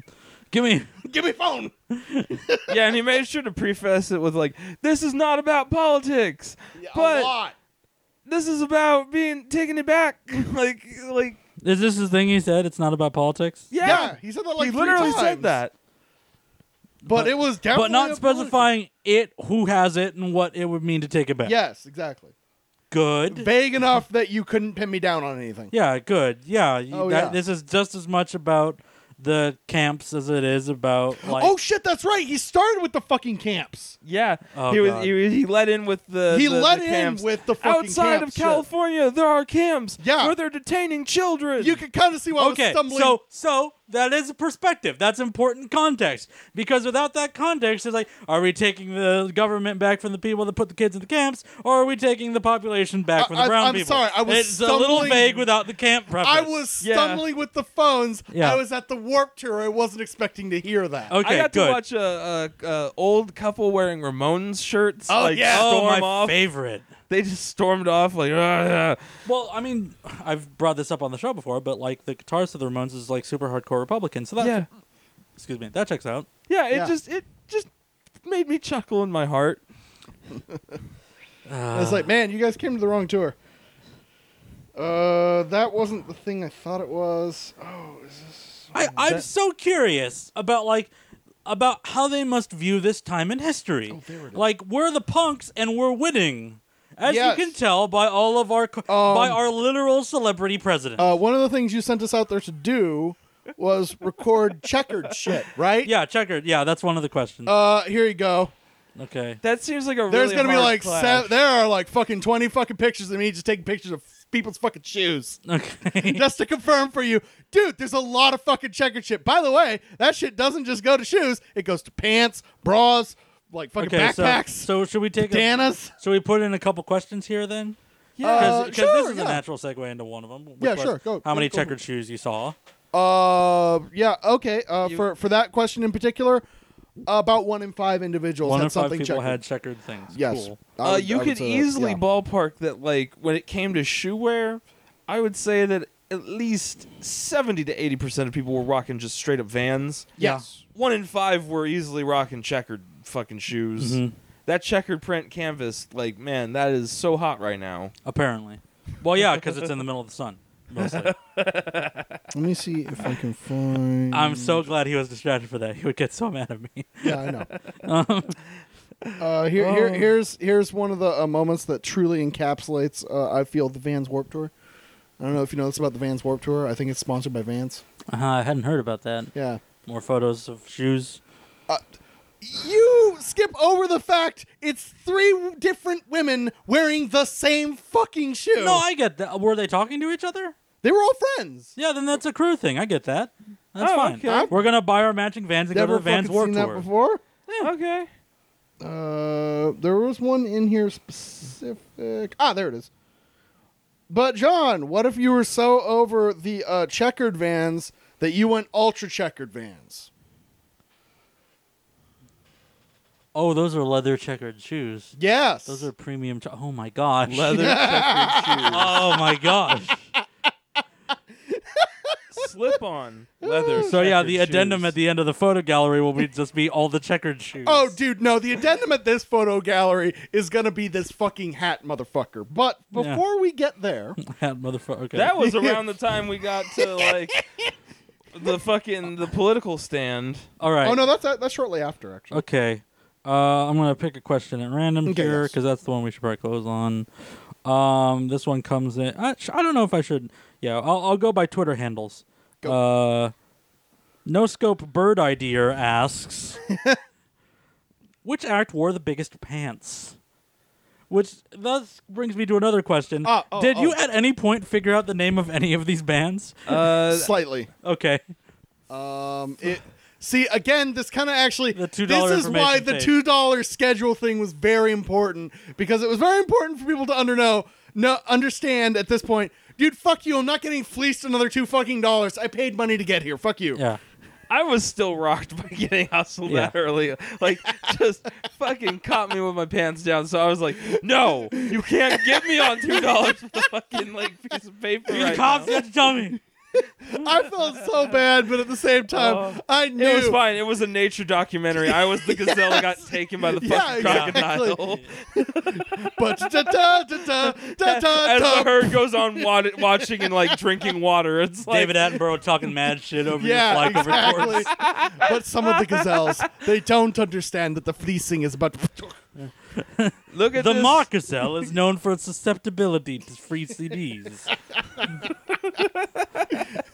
A: Give me
D: give me phone.
B: yeah, and he made sure to preface it with like, "This is not about politics,
D: a
B: but
D: lot.
B: this is about being taken aback." like, like,
A: is this the thing he said? It's not about politics.
B: yeah,
D: Yeah. he said that like
B: he
D: three
B: literally
D: times.
B: said that.
D: but, it was definitely
A: but not
D: a political-
A: specifying it, who has it, and what it would mean to take it back.
D: Yes, exactly.
A: good.
D: Vague enough that you couldn't pin me down on anything.
A: yeah, good. Yeah, you-
D: Oh,
A: that-
D: yeah.
A: This is just as much about the camps as it is about like
D: oh shit, that's right. He started with the fucking camps.
B: Yeah,
A: Oh,
B: he was
A: God.
B: he, was- he let in with the
D: He
B: the- the
D: let in
B: camps.
D: with the fucking
B: outside
D: camps,
B: of
D: yeah.
B: California. There are camps
D: Yeah.
B: where they're detaining children.
D: You could kind of see why I
A: okay
D: was stumbling.
A: so so that is a perspective that's important context because without that context it's like are we taking the government back from the people that put the kids in the camps or are we taking the population back
D: I-
A: from the
D: I-
A: brown
D: I'm
A: people
D: sorry, I was
A: it's a little
D: stumbling-
A: vague without the camp preface
D: I was
B: Yeah.
D: stumbling with the phones.
A: Yeah.
D: I was at the warp tour. I wasn't expecting to hear that.
A: okay
B: I got
A: good
B: to watch a, a, a old couple wearing Ramones shirts.
D: Oh,
B: like,
D: yeah.
A: oh
B: storm
A: my
B: off.
A: favorite
B: They just stormed off like. "Ah, ah."
A: Well, I mean, I've brought this up on the show before, but like the guitarist of the Ramones is like super hardcore Republican, so that
B: Yeah,
A: excuse me, that checks out.
B: yeah. It
D: Yeah.
B: just it just made me chuckle in my heart.
D: I was like, man, you guys came to the wrong tour. Uh, that wasn't the thing I thought it was. Oh, is this?
A: I, I'm so curious about like about how they must view this time in history.
D: Oh,
A: like we're the punks and we're winning, as
D: Yes. Um,
A: you can tell by all of our co- by our literal celebrity president.
D: Uh, one of the things you sent us out there to do was record checkered shit, right?
A: yeah, checkered. Yeah, that's one of the questions.
D: Uh, here you go.
A: okay.
B: That seems like a
D: There's
B: really
D: gonna be
B: hard
D: like
B: clash.
D: se- there are like fucking twenty fucking pictures of me just taking pictures of people's fucking shoes.
A: Okay.
D: just to confirm for you, dude, there's a lot of fucking checkered shit. By the way, that shit doesn't just go to shoes; it goes to pants, bras, like fucking
A: okay.
D: backpacks,
A: So, so should we take a,
D: bandanas.
A: should we put in a couple questions here then?
D: Uh,
A: Because this
D: sure,
A: is
D: yeah.
A: a natural segue into one of them. which
D: Yeah,
A: was
D: sure, go-
A: how
D: go-
A: many
D: go for
A: checkered shoes you saw?
D: Uh, yeah, okay. Uh,
B: You-
D: for for that question in particular, about one in five individuals
A: One
D: had
A: in five
D: something
A: people
D: checkered.
A: had checkered things.
D: yes,
A: Cool.
D: I
B: Uh,
D: would- I
B: you
D: would
B: could
D: say that,
B: easily
D: yeah.
B: ballpark that, like, when it came to shoe wear, I would say that at least 70 to 80% of people were rocking just straight up vans.
D: yes.
B: One in five were easily rocking checkered fucking shoes.
D: Mm-hmm.
A: Mhm.
B: That checkered print canvas, like, man, that is so hot right now.
A: Apparently. Well, yeah, because it's in the middle of the sun. Mostly.
C: Let me see if I can find.
A: I'm so glad he was distracted for that. He would get so mad at me.
D: Yeah, I know. uh, here, here, here's here's one of the uh, moments that truly encapsulates. Uh, I feel the Vans Warp Tour. I don't know if you know this about the Vans Warp Tour. I think it's sponsored by Vans.
A: Uh, I hadn't heard about that.
D: Yeah. Uh,
A: More photos of shoes.
D: You skip over the fact it's three w- different women wearing the same fucking shoe.
A: No, I get that. Were they talking to each other?
D: they were all friends.
A: Yeah, then that's a crew thing. I get that. That's
B: Oh,
A: fine.
B: okay.
A: We're gonna buy our matching vans and
D: Never
A: go to the Vans
D: fucking
A: War
D: seen
A: Tour.
D: that before.
B: Okay.
D: Uh, there was one in here specific. Ah, there it is. But John, what if you were so over the uh, checkered vans that you went ultra checkered vans?
A: Oh, those are leather checkered shoes.
D: Yes.
A: Those are premium. Ch- oh my gosh.
B: Leather checkered shoes.
A: oh my gosh.
B: Slip on. Leather.
A: So yeah, the
B: checkered
A: addendum
B: shoes.
A: at the end of the photo gallery will be just be all the checkered shoes.
D: Oh, dude, no. The addendum at this photo gallery is gonna be this fucking hat, motherfucker. But
A: Yeah.
D: before we get there,
A: that motherfucker. Okay.
B: That was around the time we got to, like, the fucking the political stand.
A: all right.
D: oh no, that's that's shortly after actually.
A: Okay. Uh, I'm gonna pick a question at random
D: Okay,
A: here
D: yes.
A: because that's the one we should probably close on. Um, this one comes in. I, sh- I don't know if I should. Yeah, I'll, I'll go by Twitter handles. Uh, no scope bird idea asks, which act wore the biggest pants? Which thus brings me to another question.
D: Ah, oh,
A: Did you
D: oh.
A: at any point figure out the name of any of these bands?
B: Uh,
D: Slightly.
A: Okay.
D: Um, it. See again, this kind of actually.
A: The $2
D: This is why
A: information
D: the
A: tape.
D: two dollar schedule thing was very important because it was very important for people to under know, no, understand at this point. Dude, fuck you! I'm not getting fleeced another two fucking dollars. I paid money to get here. Fuck you.
A: Yeah.
B: I was still rocked by getting hustled
A: Yeah.
B: that early. Like, just fucking caught me with my pants down. So I was like, "No, you can't get me on two dollars for the fucking like piece of paper."
A: The
B: Right
A: cops
B: now.
A: had to tell me.
D: I felt so bad, but at the same time,
B: Oh.
D: I knew
B: It was fine. It was a nature documentary. I was the gazelle that got taken by the
D: Yeah,
B: fucking
D: exactly.
B: crocodile.
D: But da da da da da da.
B: As the
D: da.
B: herd goes on wa- watching and like drinking water, it's like
A: David uh, Attenborough talking mad shit over your
D: Yeah,
A: flag over doors.
D: exactly. but some of the gazelles, they don't understand that the fleecing is about.
B: look at
A: The
B: this.
A: Marcasel is known for its susceptibility to free CDs.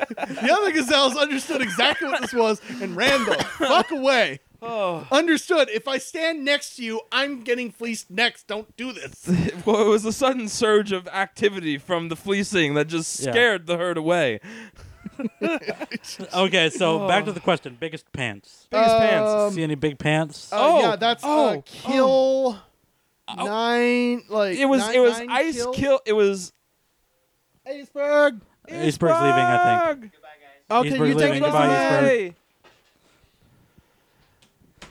D: The other gazelles understood exactly what this was and ran the fuck away.
B: Oh,
D: Understood. If I stand next to you, I'm getting fleeced next. Don't do this.
B: well, it was a sudden surge of activity from the fleecing that just
A: Yeah.
B: scared the herd away.
A: Okay, so back to the question. Biggest pants.
B: Biggest
D: Oh. Um,
B: pants.
A: See any big pants?
D: Uh,
B: Oh,
D: yeah, that's uh,
B: oh,
D: kill nine. Like
B: It was
D: nine-
B: it was
D: nine
B: ice
D: kill.
B: kill. It was
D: Iceberg.
A: Iceberg's leaving, I think.
B: Iceberg!
D: Okay,
A: Iceberg's
D: you
A: leaving.
D: take
A: Goodbye,
D: mine.
A: Iceberg.
B: Yay!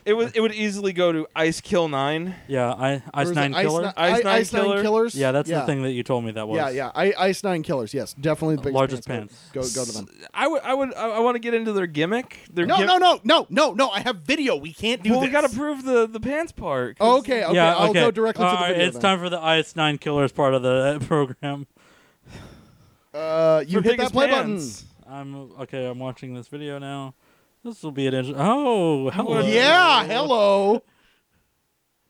B: It was it would easily go to Ice Kill Nine.
A: Yeah, I,
D: Or
A: Ice
D: is it
A: Nine Killer.
D: Ni-
B: Ice
D: I-
B: Nine Killer?
D: Killers.
A: yeah, that's the thing that you told me that was.
D: Yeah, yeah. I, ice Nine Killers. Yes, definitely the biggest
A: Largest pants.
D: Go, go, go to them.
B: I would I would I, I want to get into their gimmick. Their
D: No,
B: gim-
D: no, no, no, no, no. I have video. We can't do
B: Well, we
D: this. Oh,
B: gotta prove the the pants part. 'cause-
D: Okay, okay.
A: Yeah,
D: I'll
A: okay.
D: go directly to the
A: Alright,
D: video.
A: It's
D: then.
A: time for the Ice Nine Killers part of the uh, program.
D: Uh,
B: for
D: you hit that
B: biggest
D: play
B: pants.
A: I'm okay. I'm watching this video now. This will be an inter- oh hello.
D: button. Yeah, hello.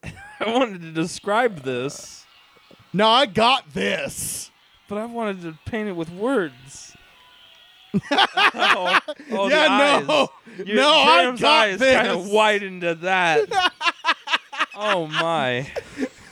B: I wanted to describe this,
D: No, I got this.
B: but I wanted to paint it with words. oh, oh, the
D: yeah,
B: eyes.
D: no,
B: Your
D: no, I
B: Jim's
D: got
B: eyes
D: this.
B: kind of widened at that. oh my!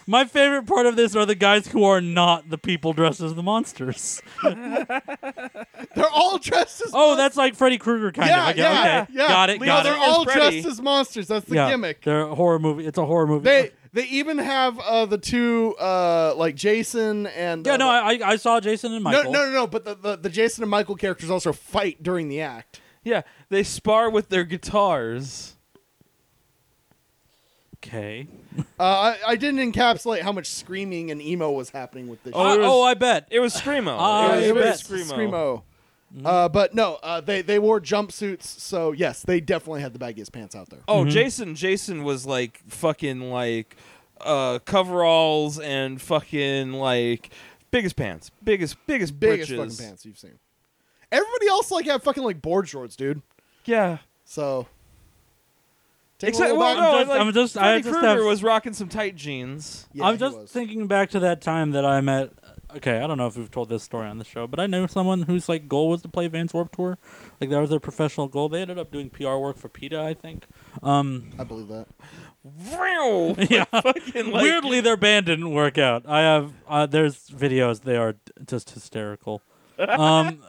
A: My favorite part of this are the guys who are not the people dressed as the monsters.
D: They're all dressed as.
A: Oh, that's like Freddy Krueger kind
D: yeah,
A: of. Okay,
D: yeah,
A: okay.
D: yeah.
A: got it.
D: Leo,
A: got
D: they're
A: it.
D: all
B: It's Freddy.
D: dressed as monsters. That's the
A: yeah,
D: gimmick.
A: They're a horror movie. It's a horror movie.
D: They they even have uh, the two uh, like Jason and
A: yeah,
D: uh,
A: no, I I- I saw Jason and
D: no,
A: Michael.
D: no, no, no. But the, the the Jason and Michael characters also fight during the act.
B: Yeah, they spar with their guitars.
A: Okay.
D: Uh, I, I didn't encapsulate how much screaming and emo was happening with this.
A: Oh,
B: it was-
A: oh, I bet.
B: It was screamo.
A: Ah,
B: it was,
A: you
B: very
A: bet.
B: screamo. Mm-hmm.
D: Uh, but no, uh, they they wore jumpsuits, so yes, they definitely had the baggiest pants out there.
B: Oh, Jason! Jason was like fucking like uh coveralls and fucking like biggest pants, biggest biggest
D: Biggest
B: britches.
D: fucking pants you've seen. Everybody else like had fucking like board shorts, dude.
B: Yeah.
D: So take a
B: Except
D: little
B: well,
D: back-
B: no,
A: I'm just-
B: like,
A: I'm just- I
B: Freddy
A: just
B: Krueger
A: have-
B: was rocking some tight jeans.
D: Yeah,
A: I'm
D: he
A: just
D: was.
A: thinking back to that time that I met. Okay, I don't know if we've told this story on the show, but I knew someone whose like goal was to play Vans Warp Tour. Like that was their professional goal. They ended up doing PR work for PETA, I think. Um,
D: I believe that.
B: Vroom.
A: yeah.
B: fucking like,
A: Weirdly, their band didn't work out. I have uh, there's videos. They are d- just hysterical. Um,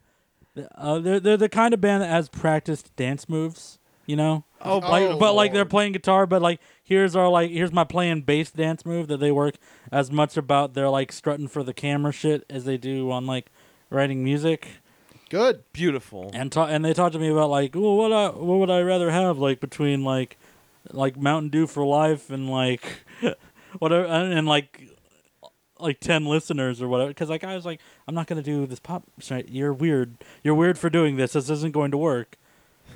A: uh, they're they're the kind of band that has practiced dance moves. You know.
B: Oh,
A: like,
D: Oh,
A: but like they're
D: Lord.
A: playing guitar, but like here's our like here's my playing bass dance move that they work as much about their like strutting for the camera shit as they do on like writing music.
D: Good.
B: beautiful.
A: And ta- and they talk to me about like, well, what I what would I rather have like between like like Mountain Dew for life and like whatever and, and like like 10 listeners or whatever cuz like I was like I'm not going to do this pop site. You're weird. You're weird for doing this. This isn't going to work.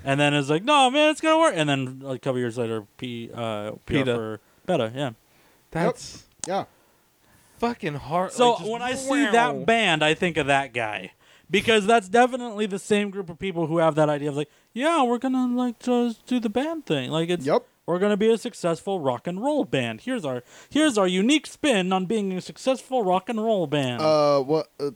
A: And then it's like, "No, man, it's going to work." And then like, a couple years later, P uh PR
B: PETA.
A: for Beta, yeah.
B: That's
D: Yeah.
B: fucking hard.
A: So
B: like, just
A: when I see
B: wow.
A: that band, I think of that guy because that's definitely the same group of people who have that idea of like, yeah, we're gonna like just do the band thing. Like it's
D: Yep.
A: we're gonna be a successful rock and roll band. Here's our here's our unique spin on being a successful rock and roll band.
B: Oh.
D: Uh, what? Uh,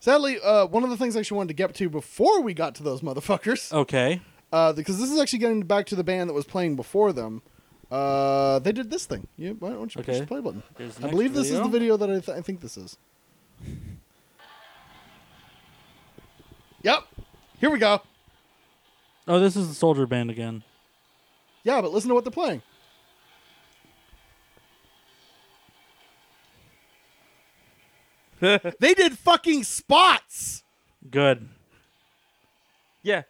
D: sadly, uh, one of the things I actually wanted to get to before we got to those motherfuckers,
A: okay,
D: uh, because this is actually getting back to the band that was playing before them. Uh, they did this thing. You, why don't you push
A: Okay.
D: the play button?
A: Here's the
D: I
A: next
D: believe this is the video that I, th- I think this is. Yep. Here we go.
A: Oh, this is the Soldier Band again.
D: Yeah, but listen to what they're playing. they did fucking spots.
A: Good.
B: yeah,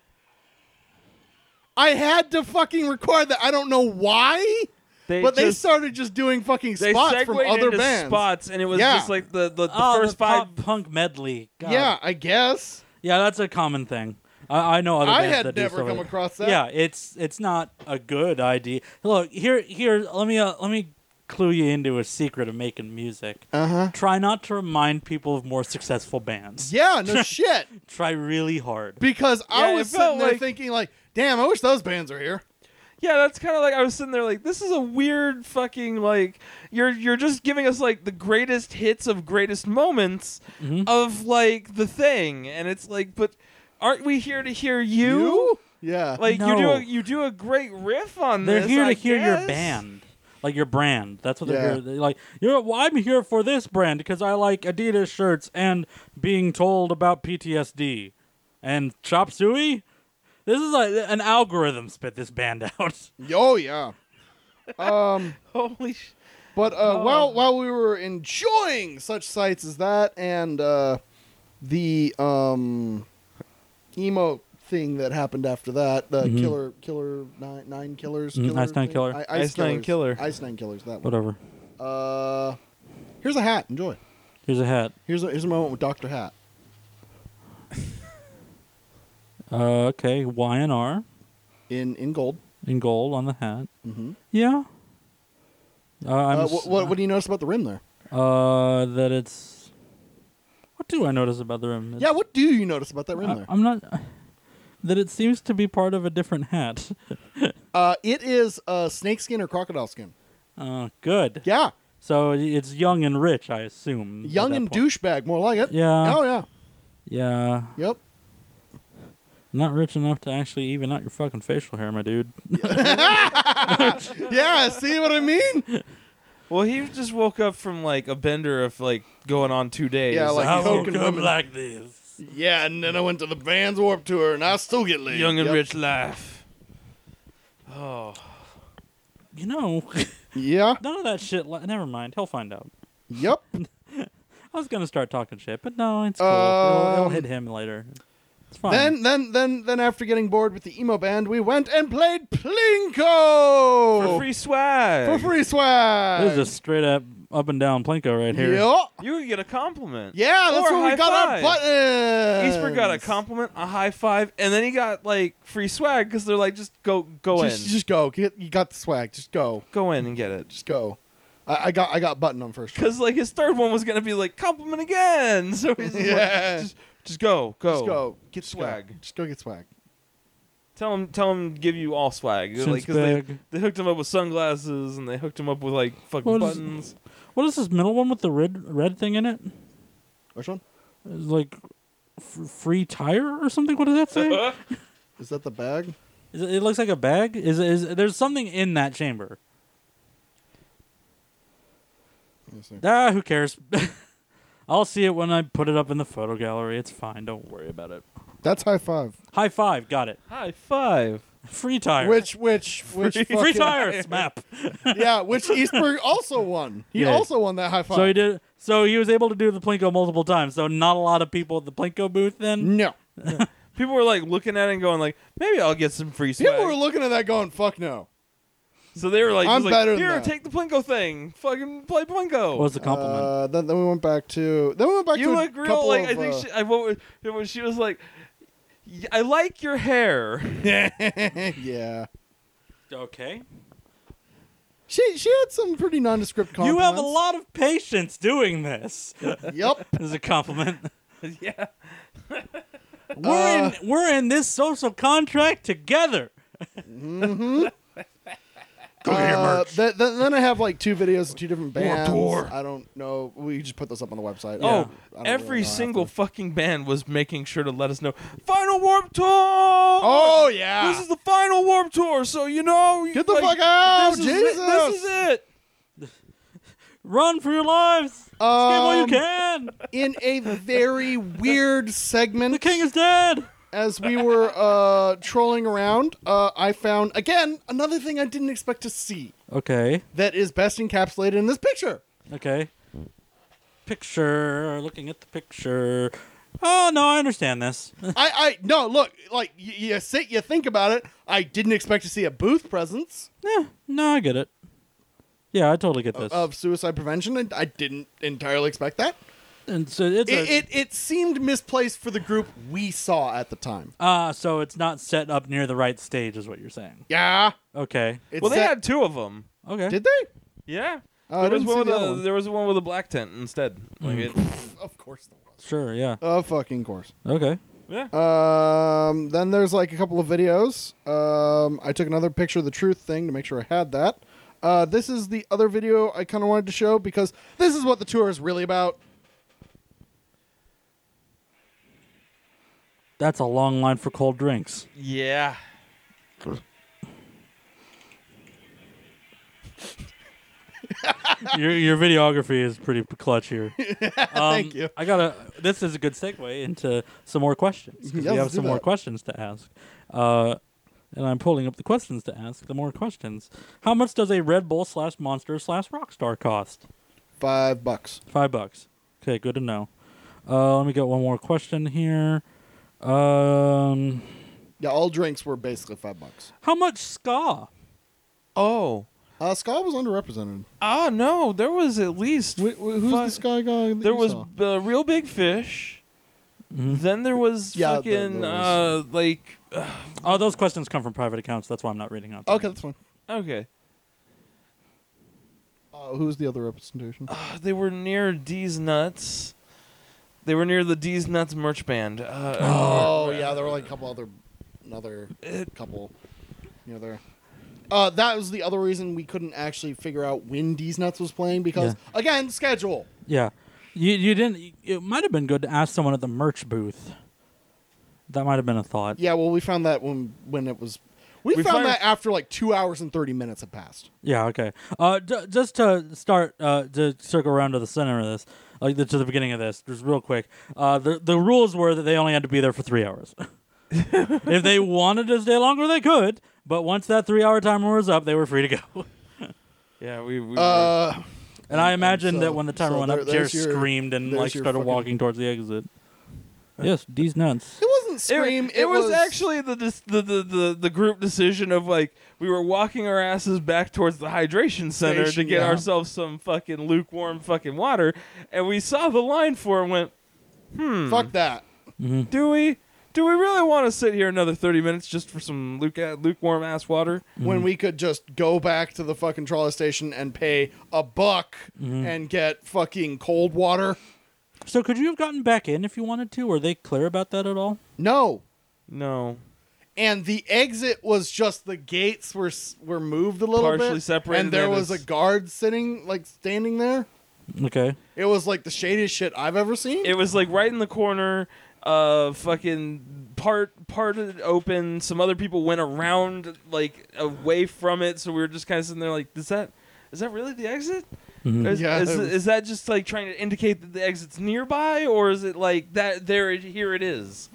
D: I had to fucking record that. I don't know why,
B: they
D: but they
B: just-
D: started just doing fucking
B: they
D: spots from
B: segued
D: other
B: into
D: bands.
B: spots, and it was
D: Yeah.
B: just like the the, the
A: oh,
B: first
A: the
B: five.
A: pop punk medley. God.
D: Yeah, I guess.
A: yeah, that's a common thing. I, I know other
D: I
A: bands
D: had
A: that do
D: never
A: stuff like
D: come
A: that.
D: across that.
A: Yeah, it's it's not a good idea. Look, here here let me uh, let me clue you into a secret of making music.
D: Uh
B: Uh-huh.
D: huh.
A: Try not to remind people of more successful bands.
D: Yeah, no shit.
A: Try really hard.
D: Because I
B: Yeah, it
D: was
B: felt
D: sitting there
B: like-
D: thinking, like, damn, I wish those bands are here.
B: yeah, that's kind of like I was sitting there like this is a weird fucking like you're you're just giving us like the greatest hits of greatest moments
A: Mhm.
B: of like the thing, and it's like, but aren't we here to hear you?
D: Yeah.
B: Like you do
A: No.
B: a, you do a great riff on
A: They're
B: this.
A: here to
B: I
A: hear your
B: guess.
A: band, like your brand. That's what
D: Yeah.
A: they're, here. they're like. You know, well, I'm here for this brand because I like Adidas shirts and being told about PTSD and chop suey. This is like an algorithm spit this band out.
D: oh yeah. Um.
B: Holy sh-
D: But uh, while while we were enjoying such sights as that and uh, the um, emo thing that happened after that, the
A: Mhm.
D: killer killer nine nine killers,
A: Mhm, Ice Nine
D: thing?
A: Killer.
D: I-
B: Mm-hmm. Ice Nine
D: Killers.
B: Killer.
D: ice nine killers. That one.
A: Whatever.
D: Uh, here's a hat. Enjoy.
A: Here's a hat.
D: Here's a here's a moment with Doctor Hat.
A: Uh, okay, Y and R
D: in in gold.
A: in gold on the hat.
D: Mhm.
A: Yeah. Uh, I'm
D: Uh,
A: s-
D: what, what what do you notice about the rim there?
A: Uh, that it's. What do I notice about the rim?
D: yeah, what do you notice about that rim
A: I,
D: there?
A: I'm not. That it seems to be part of a different hat.
D: Uh, it is uh, snake skin or crocodile skin.
A: Uh, good.
D: Yeah,
A: So it's young and rich, I assume. at
D: young
A: that
D: and
A: point.
D: douchebag, more like it.
A: Yeah.
D: Oh yeah.
A: Yeah.
D: Yep.
A: Not rich enough to actually even out your fucking facial hair, my dude.
D: Yeah. See what I mean?
B: Well, he just woke up from like a bender of like going on two days.
D: Yeah, like-
A: I
D: coke
A: woke
D: and
A: up
D: women.
A: like this.
D: yeah, and then I went to the Vans Warp Tour, and I still get laid.
B: young and
D: Yep.
B: rich laugh. Oh,
A: You know,
D: Yeah.
A: none of that shit. Li- Never mind. He'll find out.
D: Yep.
A: I was gonna start talking shit, but no, it's cool. it'll, it'll
D: Um,
A: hit him later. It's fine.
D: Then then then then after getting bored with the emo band, we went and played Plinko
B: for free swag.
D: Oh. for free swag.
A: this is just straight up up and down plinko right here.
D: Yup.
B: You could get a compliment.
D: Yeah, that's
B: Or
D: where
B: high
D: we got
B: five.
D: our button.
B: Eastbrook got a compliment, a high five, and then he got like free swag because they're like, just go, go
D: Just,
B: in,
D: just go. Get, you got the swag. Just go.
B: go in and get it.
D: Just go. I, I got I got button on first. try.
B: Because like his third one was gonna be like compliment again, so he's just
D: Yeah.
B: like, just, just go, go,
D: Just go.
B: get
D: Just
B: swag.
D: Go. Just go get swag.
B: Tell him, tell him, give you all swag.
A: Since
B: Like, 'cause they,
A: bag.
B: they hooked him up with sunglasses and they hooked him up with like fucking
A: What is-
B: buttons.
A: What is this middle one with the red red thing in it?
D: Which one?
A: It's like f- free tire or something. What does that say?
D: Is that the bag?
A: is it, it looks like a bag. Is is there's something in that chamber?
D: Let me see.
A: Ah, who cares? I'll see it when I put it up in the photo gallery. It's fine. Don't worry about it.
D: That's high five.
A: High five. Got it.
B: High five.
A: Free tire.
D: Which which which
A: free
D: fucking-
A: tire? Smap.
D: Yeah, which Eastberg also won. He
A: Yeah.
D: also won that high five.
A: So he did. So he was able to do the plinko multiple times. So not a lot of people at the plinko booth then.
D: No.
B: People were like looking at it and going like, maybe I'll get some free swag.
D: People were looking at that going, "Fuck no."
B: so they were like,
D: I'm
B: just like,
D: better than
B: here,
D: that."
B: take the plinko thing, fucking play plinko.
A: What was the compliment?
D: Uh, then, then we went back to then we went back to
B: you
D: a
B: look real
D: couple
B: like
D: of,
B: I think
D: uh,
B: she, I what was, it was she was like "Y- I like your hair.
D: uh, yeah.
A: okay.
D: She she had some pretty nondescript
A: You
D: compliments.
A: have a lot of patience doing this.
D: Yep.
A: This is a compliment.
B: yeah.
A: We're
D: Uh,
A: in we're in this social contract together.
D: Uh, th- th- then I have like two videos of two different bands. I don't know. We just put those up on the website. I
B: Oh,
D: don't- I don't
B: every
D: really know
B: single
D: after.
B: fucking band was making sure to let us know. Final Warp Tour.
D: oh
B: Oh,
D: yeah.
B: This is the final Warp Tour, so you know.
D: Get the
B: like,
D: fuck out,
B: this is
D: Jesus!
B: It, this is it.
A: Run for your lives. Escape while you
D: Um,
A: can.
D: in a very weird segment.
A: The king is dead.
D: as we were uh, trolling around, uh, I found again another thing I didn't expect to see
A: Okay.
D: that is best encapsulated in this picture.
A: Okay. Picture. Looking at the picture. Oh no, I understand this.
D: I I no look like y- you sit you think about it. I didn't expect to see a booth presence.
A: yeah. Eh, No, I get it. Yeah, I totally get this.
D: Of suicide prevention, and I didn't entirely expect that.
A: and so it's
D: it,
A: a,
D: it it seemed misplaced for the group we saw at the time.
A: uh, so it's not set up near the right stage, is what you're saying.
D: Yeah.
A: Okay.
D: It's
B: Well, they
D: that-
B: had two of them.
A: Okay.
D: Did they?
B: Yeah.
D: Oh, I
B: there, was
D: didn't
B: one
D: see
B: with
D: the
B: a,
D: other one. Hmm.
B: there was one with a black tent instead. Like it,
D: Of course there was.
A: sure. Yeah.
D: Of fucking course.
A: Okay.
B: Yeah.
D: Um, then there's like a couple of videos. Um, I took another picture of the truth thing to make sure I had that. Uh, this is the other video I kind of wanted to show because this is what the tour is really about.
A: That's a long line for cold drinks.
B: Yeah.
A: your your videography is pretty clutch here.
D: Uh, Thank you.
A: I gotta. This is a good segue into some more questions. 'cause
D: Yeah,
A: we
D: let's
A: have
D: do
A: some more
D: that.
A: questions to ask. Uh, and I'm pulling up the questions to ask. The more questions. How much does a Red Bull slash Monster slash Rockstar cost?
D: Five bucks.
A: Five bucks. Okay, good to know. Uh, let me get one more question here. Um,
D: Yeah, all drinks were basically five bucks.
A: how much ska?
B: Oh.
D: Uh, Sky was underrepresented.
B: Oh no, there was at least
D: Wh- wh- who's
B: fi-
D: the Sky guy? that
B: there
D: you
B: was
D: saw? Hmm.
B: uh, real big fish.
A: Mhm.
B: Then there was
D: Yeah,
B: fucking
D: there- there
B: uh
D: was.
B: like
A: Oh, those questions come from private accounts. That's why I'm not reading out. the
D: Okay,
A: names.
D: that's fine.
B: okay.
D: Uh, who was the other representation?
B: Uh, they were near D's nuts. They were near the D's nuts merch band. Uh,
D: Oh yeah, there were like a couple other, another couple, you know there. Uh, that was the other reason we couldn't actually figure out when D's Nuts was playing because again schedule.
A: Yeah, you you didn't. It might have been good to ask someone at the merch booth. That might have been a thought.
D: Yeah, well we found that when when it was, we,
B: We
D: found
B: fired-
D: that after like two hours and thirty minutes had passed.
A: Yeah, okay. Uh, d- just to start uh, to circle around to the center of this, like the, to the beginning of this, just real quick. Uh, the the rules were that they only had to be there for three hours. if they wanted to stay longer, they could. But once that three hour timer was up, they were free to go.
B: yeah, we, we were-
D: Uh,
A: And I imagine
D: so-
A: that when the timer
D: so
A: went
D: there-
A: up, Jer
D: there's your-
A: screamed and
D: there's
A: like
D: your
A: started
D: fucking-
A: walking towards the exit. yes, these nuts.
D: it wasn't
B: It-
D: scream.
B: It, was, actually the, dis- the, the the the group decision of like we were walking our asses back towards the hydration center
D: Station,
B: to get
D: yeah.
B: ourselves some fucking lukewarm fucking water, and we saw the line for it and went, Mm-hmm.
D: fuck that.
B: do we do we really want to sit here another thirty minutes just for some luke lukewarm ass water?
D: When we could just go back to the fucking trolley station and pay a buck
B: Mm-hmm.
D: and get fucking cold water.
A: So could you have gotten back in if you wanted to? Were they clear about that at all?
D: No,
B: No,
D: and the exit was just the gates were s- were moved a little
B: Partially
D: bit,
B: separated,
D: and there
B: and
D: was a
B: it's-
D: guard sitting like standing there.
A: Okay.
D: It was like the shadiest shit I've ever seen.
B: it was like right in the corner. Uh, fucking part parted open. Some other people went around like away from it, so we were just kind of sitting there like, does that is that really the exit? Or Is,
D: Yeah,
B: is,
D: it was-
B: is that just like trying to indicate that the exit's nearby, or is it like that? There, it, here it is.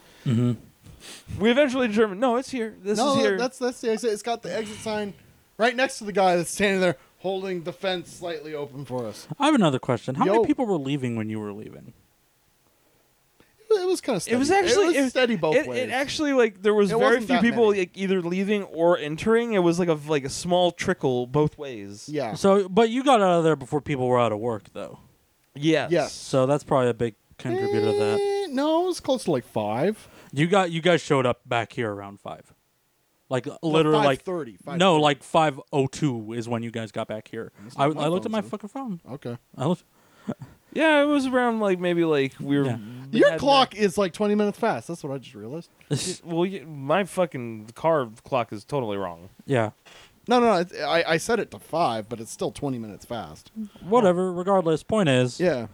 B: We eventually determined, no, it's here. This
D: no,
B: is here.
D: that's that's the exit. It's got the exit sign right next to the guy that's standing there holding the fence slightly open for us.
A: I have another question. How
D: Yo.
A: many people were leaving when you were leaving?
D: It was kind of steady.
B: it was actually
D: it was steady both
B: it,
D: ways.
B: It actually like there was
D: It
B: very
D: wasn't
B: few
D: that
B: people
D: many.
B: like, either leaving or entering. It was like a like a small trickle both ways.
D: yeah.
A: So, but you got out of there before people were out of work, though.
B: Yes.
D: Yes.
A: So that's probably a big contributor to that.
D: Eh, No, it was close to like five.
A: You got you guys showed up back here around five, like literally like
D: thirty.
A: no, like five oh two is when you guys got back here. I,
D: not my
A: I looked at
D: phone,
A: my
D: sir.
A: fucking phone.
D: Okay.
A: I looked.
B: Yeah, it was around like maybe like we were.
A: Yeah.
B: we
D: Your
B: had
D: clock is like twenty minutes fast. That's what I just realized.
B: that- well, y- my fucking car clock is totally wrong.
A: yeah,
D: No, no, it's- I, I set it to five, but it's still twenty minutes fast.
A: whatever. Regardless, point is,
D: Yeah.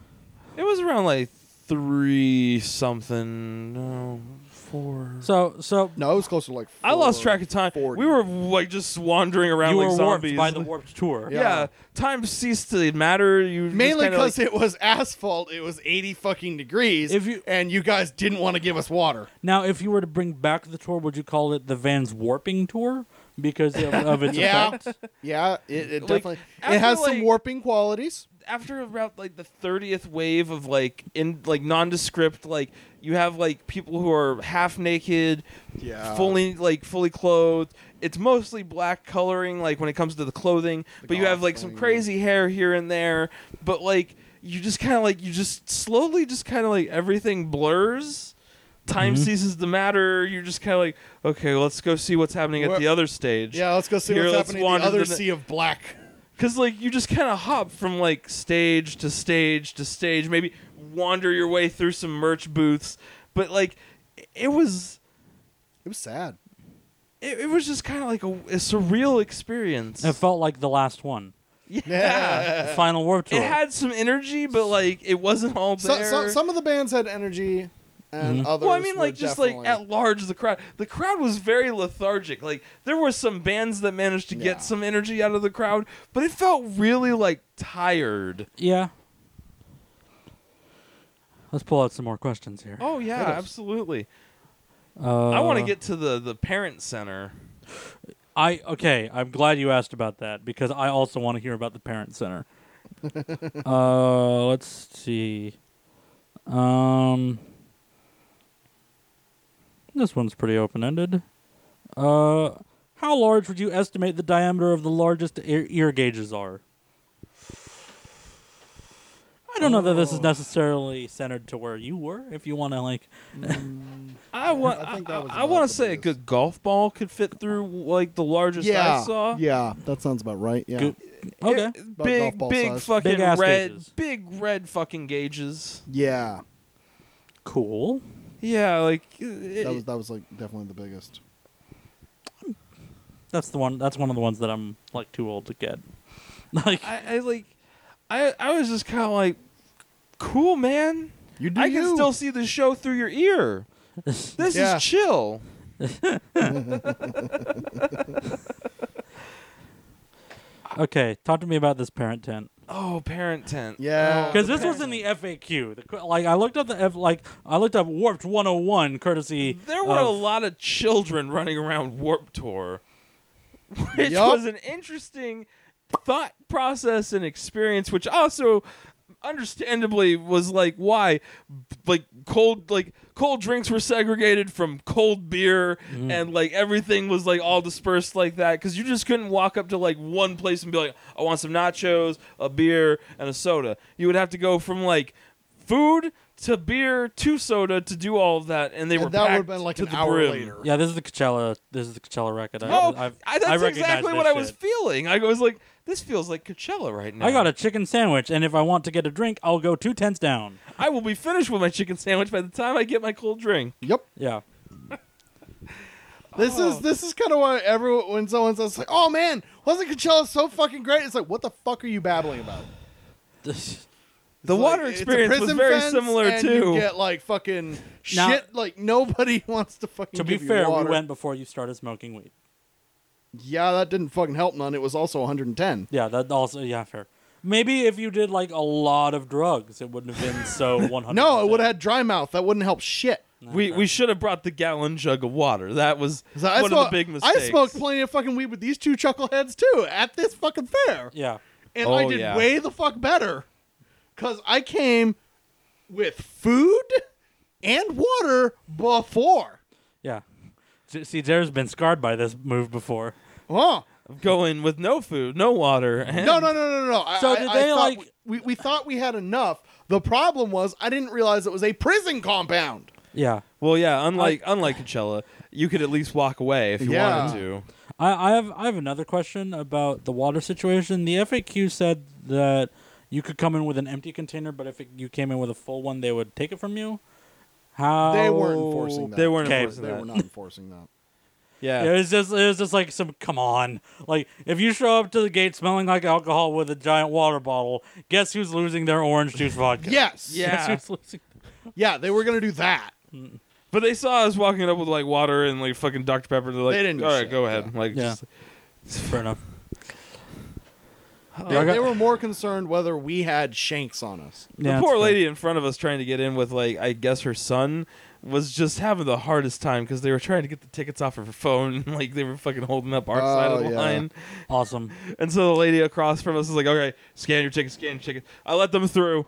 B: It was around like three something, no, four.
A: So so
D: No, it was closer to like. Four.
B: I lost track of time.
D: 40.
B: We were like just wandering around
A: you
B: like
A: were
B: zombies.
A: warped by the warped tour.
B: yeah.
D: Yeah.
B: time ceased to matter. You just
D: Mainly
B: kinda,
D: because
B: like,
D: it was asphalt. It was eighty fucking degrees.
A: If you-
D: and you guys didn't want to give us water.
A: Now, if you were to bring back the tour, would you call it the Vans warping tour because of, of its
D: Yeah.
A: effects?
D: Yeah, it, it
B: Like,
D: definitely.
B: after,
D: It has
B: like-
D: some warping qualities.
B: after about like the thirtieth wave of like in like nondescript, like you have like people who are half naked,
D: Yeah.
B: fully like fully clothed. It's mostly black coloring, like when it comes to the clothing, but you have like some
D: coloring.
B: crazy hair here and there. But like you just kind of like you just slowly just kind of like everything blurs. Time ceases to matter. You're just kind of like, okay, let's go see what's happening at
D: Where-
B: the other stage.
D: Yeah, let's go see
B: Here,
D: what's
B: let's
D: happening in
B: wander
D: the other
B: to the-
D: sea of black.
B: Cause like you just kind of hop from like stage to stage to stage, maybe wander your way through some merch booths, but like it was
D: It was sad.
B: it, it was just kind of like a, a surreal experience.
A: It felt like the last one,
B: yeah.
A: the final warp tour.
B: It had some energy, but like it wasn't all
D: So,
B: there. Mm-hmm.
D: so, some of the bands had energy, and others.
B: well, I mean,
D: were
B: like just like
D: definitely-
B: at large, the crowd. The crowd was very lethargic. Like there were some bands that managed to
D: Yeah.
B: get some energy out of the crowd, but it felt really like tired.
A: yeah. Let's pull out some more questions here.
B: Oh yeah,
D: Yes.
B: absolutely.
A: Uh,
B: I want to get to the the parent center.
A: I okay. I'm glad you asked about that because I also want to hear about the parent center. uh, let's see. Um, this one's pretty open ended. Uh, how large would you estimate the diameter of the largest ear, ear gauges are? I don't know that this is necessarily centered to where you were. If you want to like
B: I want.
D: I
B: I,
D: think that was
B: I,
D: about
B: want
D: the
B: to say a
D: biggest.
B: good golf ball could fit through like the largest
D: yeah,
B: I saw.
D: yeah, that sounds about right. Yeah,
A: Goop. okay,
B: It-
D: About golf
B: big,
D: ball
B: big
D: size.
B: fucking
A: Big ass
B: red,
A: gauges.
B: big red fucking gauges.
D: yeah,
A: cool.
B: Yeah, like it,
D: that was that was like definitely the biggest.
A: That's the one. That's one of the ones that I'm like too old to get. Like
B: I, I like, I I was just kind of like, cool, man.
D: You do
B: I
D: you.
B: can still see the show through your ear. This
D: Yeah.
B: is chill.
A: Okay, talk to me about this parent tent
B: Oh, parent tent.
D: Yeah.
B: Oh,
A: because
B: the
A: this was
B: parent
A: in the FAQ. The, qu- like I looked up the F, like I looked up Warped 101 courtesy.
B: Oh. There were
D: Oh.
A: of-
B: a lot of children running around Warp Tour, which
D: Yup.
B: was an interesting thought process and experience, which also understandably was like why like cold like cold drinks were segregated from cold beer
A: Mm.
B: and like everything was like all dispersed like that because you just couldn't walk up to like one place and be like i want some nachos a beer and a soda you would have to go from like food to beer to soda to do all of that and they were
D: and that would have
B: packed
D: been like
B: to
D: an
B: the
D: hour
B: brim.
D: later.
A: Yeah, this is the Coachella. This is the Coachella record. I,
B: Oh,
A: I've-
B: I, that's
A: recognize
B: exactly
A: this
B: what I was
A: shit.
B: feeling. I was like, this feels like Coachella right now.
A: I got a chicken sandwich, and if I want to get a drink, I'll go two tents down.
B: I will be finished with my chicken sandwich by the time I get my cold drink.
D: Yep.
A: Yeah,
D: This
B: Oh.
D: is this is kind of why everyone when someone says like, "Oh man, wasn't Coachella so fucking great?" It's like, what the fuck are you babbling about?
B: The
D: It's
B: water
D: like, it's a
B: experience was
D: prison
B: very
D: fence,
B: similar
D: and
B: too.
D: You get like fucking
A: Now-
D: shit. Like nobody wants to fucking.
A: to be
D: give you
A: fair, we
D: water.
A: went before you started smoking weed.
D: Yeah, that didn't fucking help none. It was also 110.
A: Yeah, that also yeah fair. Maybe if you did like a lot of drugs, it wouldn't have been so 100.
D: No, it would have had dry mouth. That wouldn't help shit.
B: we we should have brought the gallon jug of water. That was
D: 'Cause
B: one
D: I
B: of the
D: smoked-
B: big mistakes.
D: I smoked plenty of fucking weed with these two chuckleheads too at this fucking fair,
A: Yeah.
D: and I
B: Oh,
D: did
B: yeah.
D: way the fuck better because I came with food and water before.
A: Yeah. S- See, Jared's been scarred by this move before.
D: Oh.
B: going with no food, no water. And
D: No, no, no, no, no, no. I-
A: So
D: I-
A: did
D: I
A: they,
D: thought
A: like-
D: We, we thought we had enough. The problem was I didn't realize it was a prison compound.
A: Yeah.
B: Well, yeah. Unlike unlike Coachella, you could at least walk away if you
D: Yeah.
B: wanted to.
A: I, I have I have another question about the water situation. The FAQ said that you could come in with an empty container, but if it, you came in with a full one, they would take it from you. How
D: They weren't enforcing that.
B: Oh, They weren't
A: Okay,
B: enforcing
D: They
B: that.
D: were not enforcing that.
B: Yeah.
A: It was just it was just like some come on. Like if you show up to the gate smelling like alcohol with a giant water bottle, guess who's losing their orange juice vodka?
D: Yes.
A: Guess
B: Yeah.
A: who's losing-
D: Yeah, they were going to do that.
B: But they saw us walking up with like water and like fucking Dr Pepper. They're like,
D: They didn't do
B: All right,
D: shit,
B: go ahead. Like,
A: Yeah.
B: just-
A: Fair enough.
D: They, they were more concerned whether we had shanks on us.
A: Yeah,
B: the
A: it's
B: poor
A: fair.
B: lady in front of us trying to get in with like I guess her son was just having the hardest time because they were trying to get the tickets off of her phone and like they were fucking holding up our side of
D: Oh,
B: the
D: yeah.
B: line.
A: Awesome.
B: And so the lady across from us is like, "Okay, scan your ticket, scan your ticket." I let them through.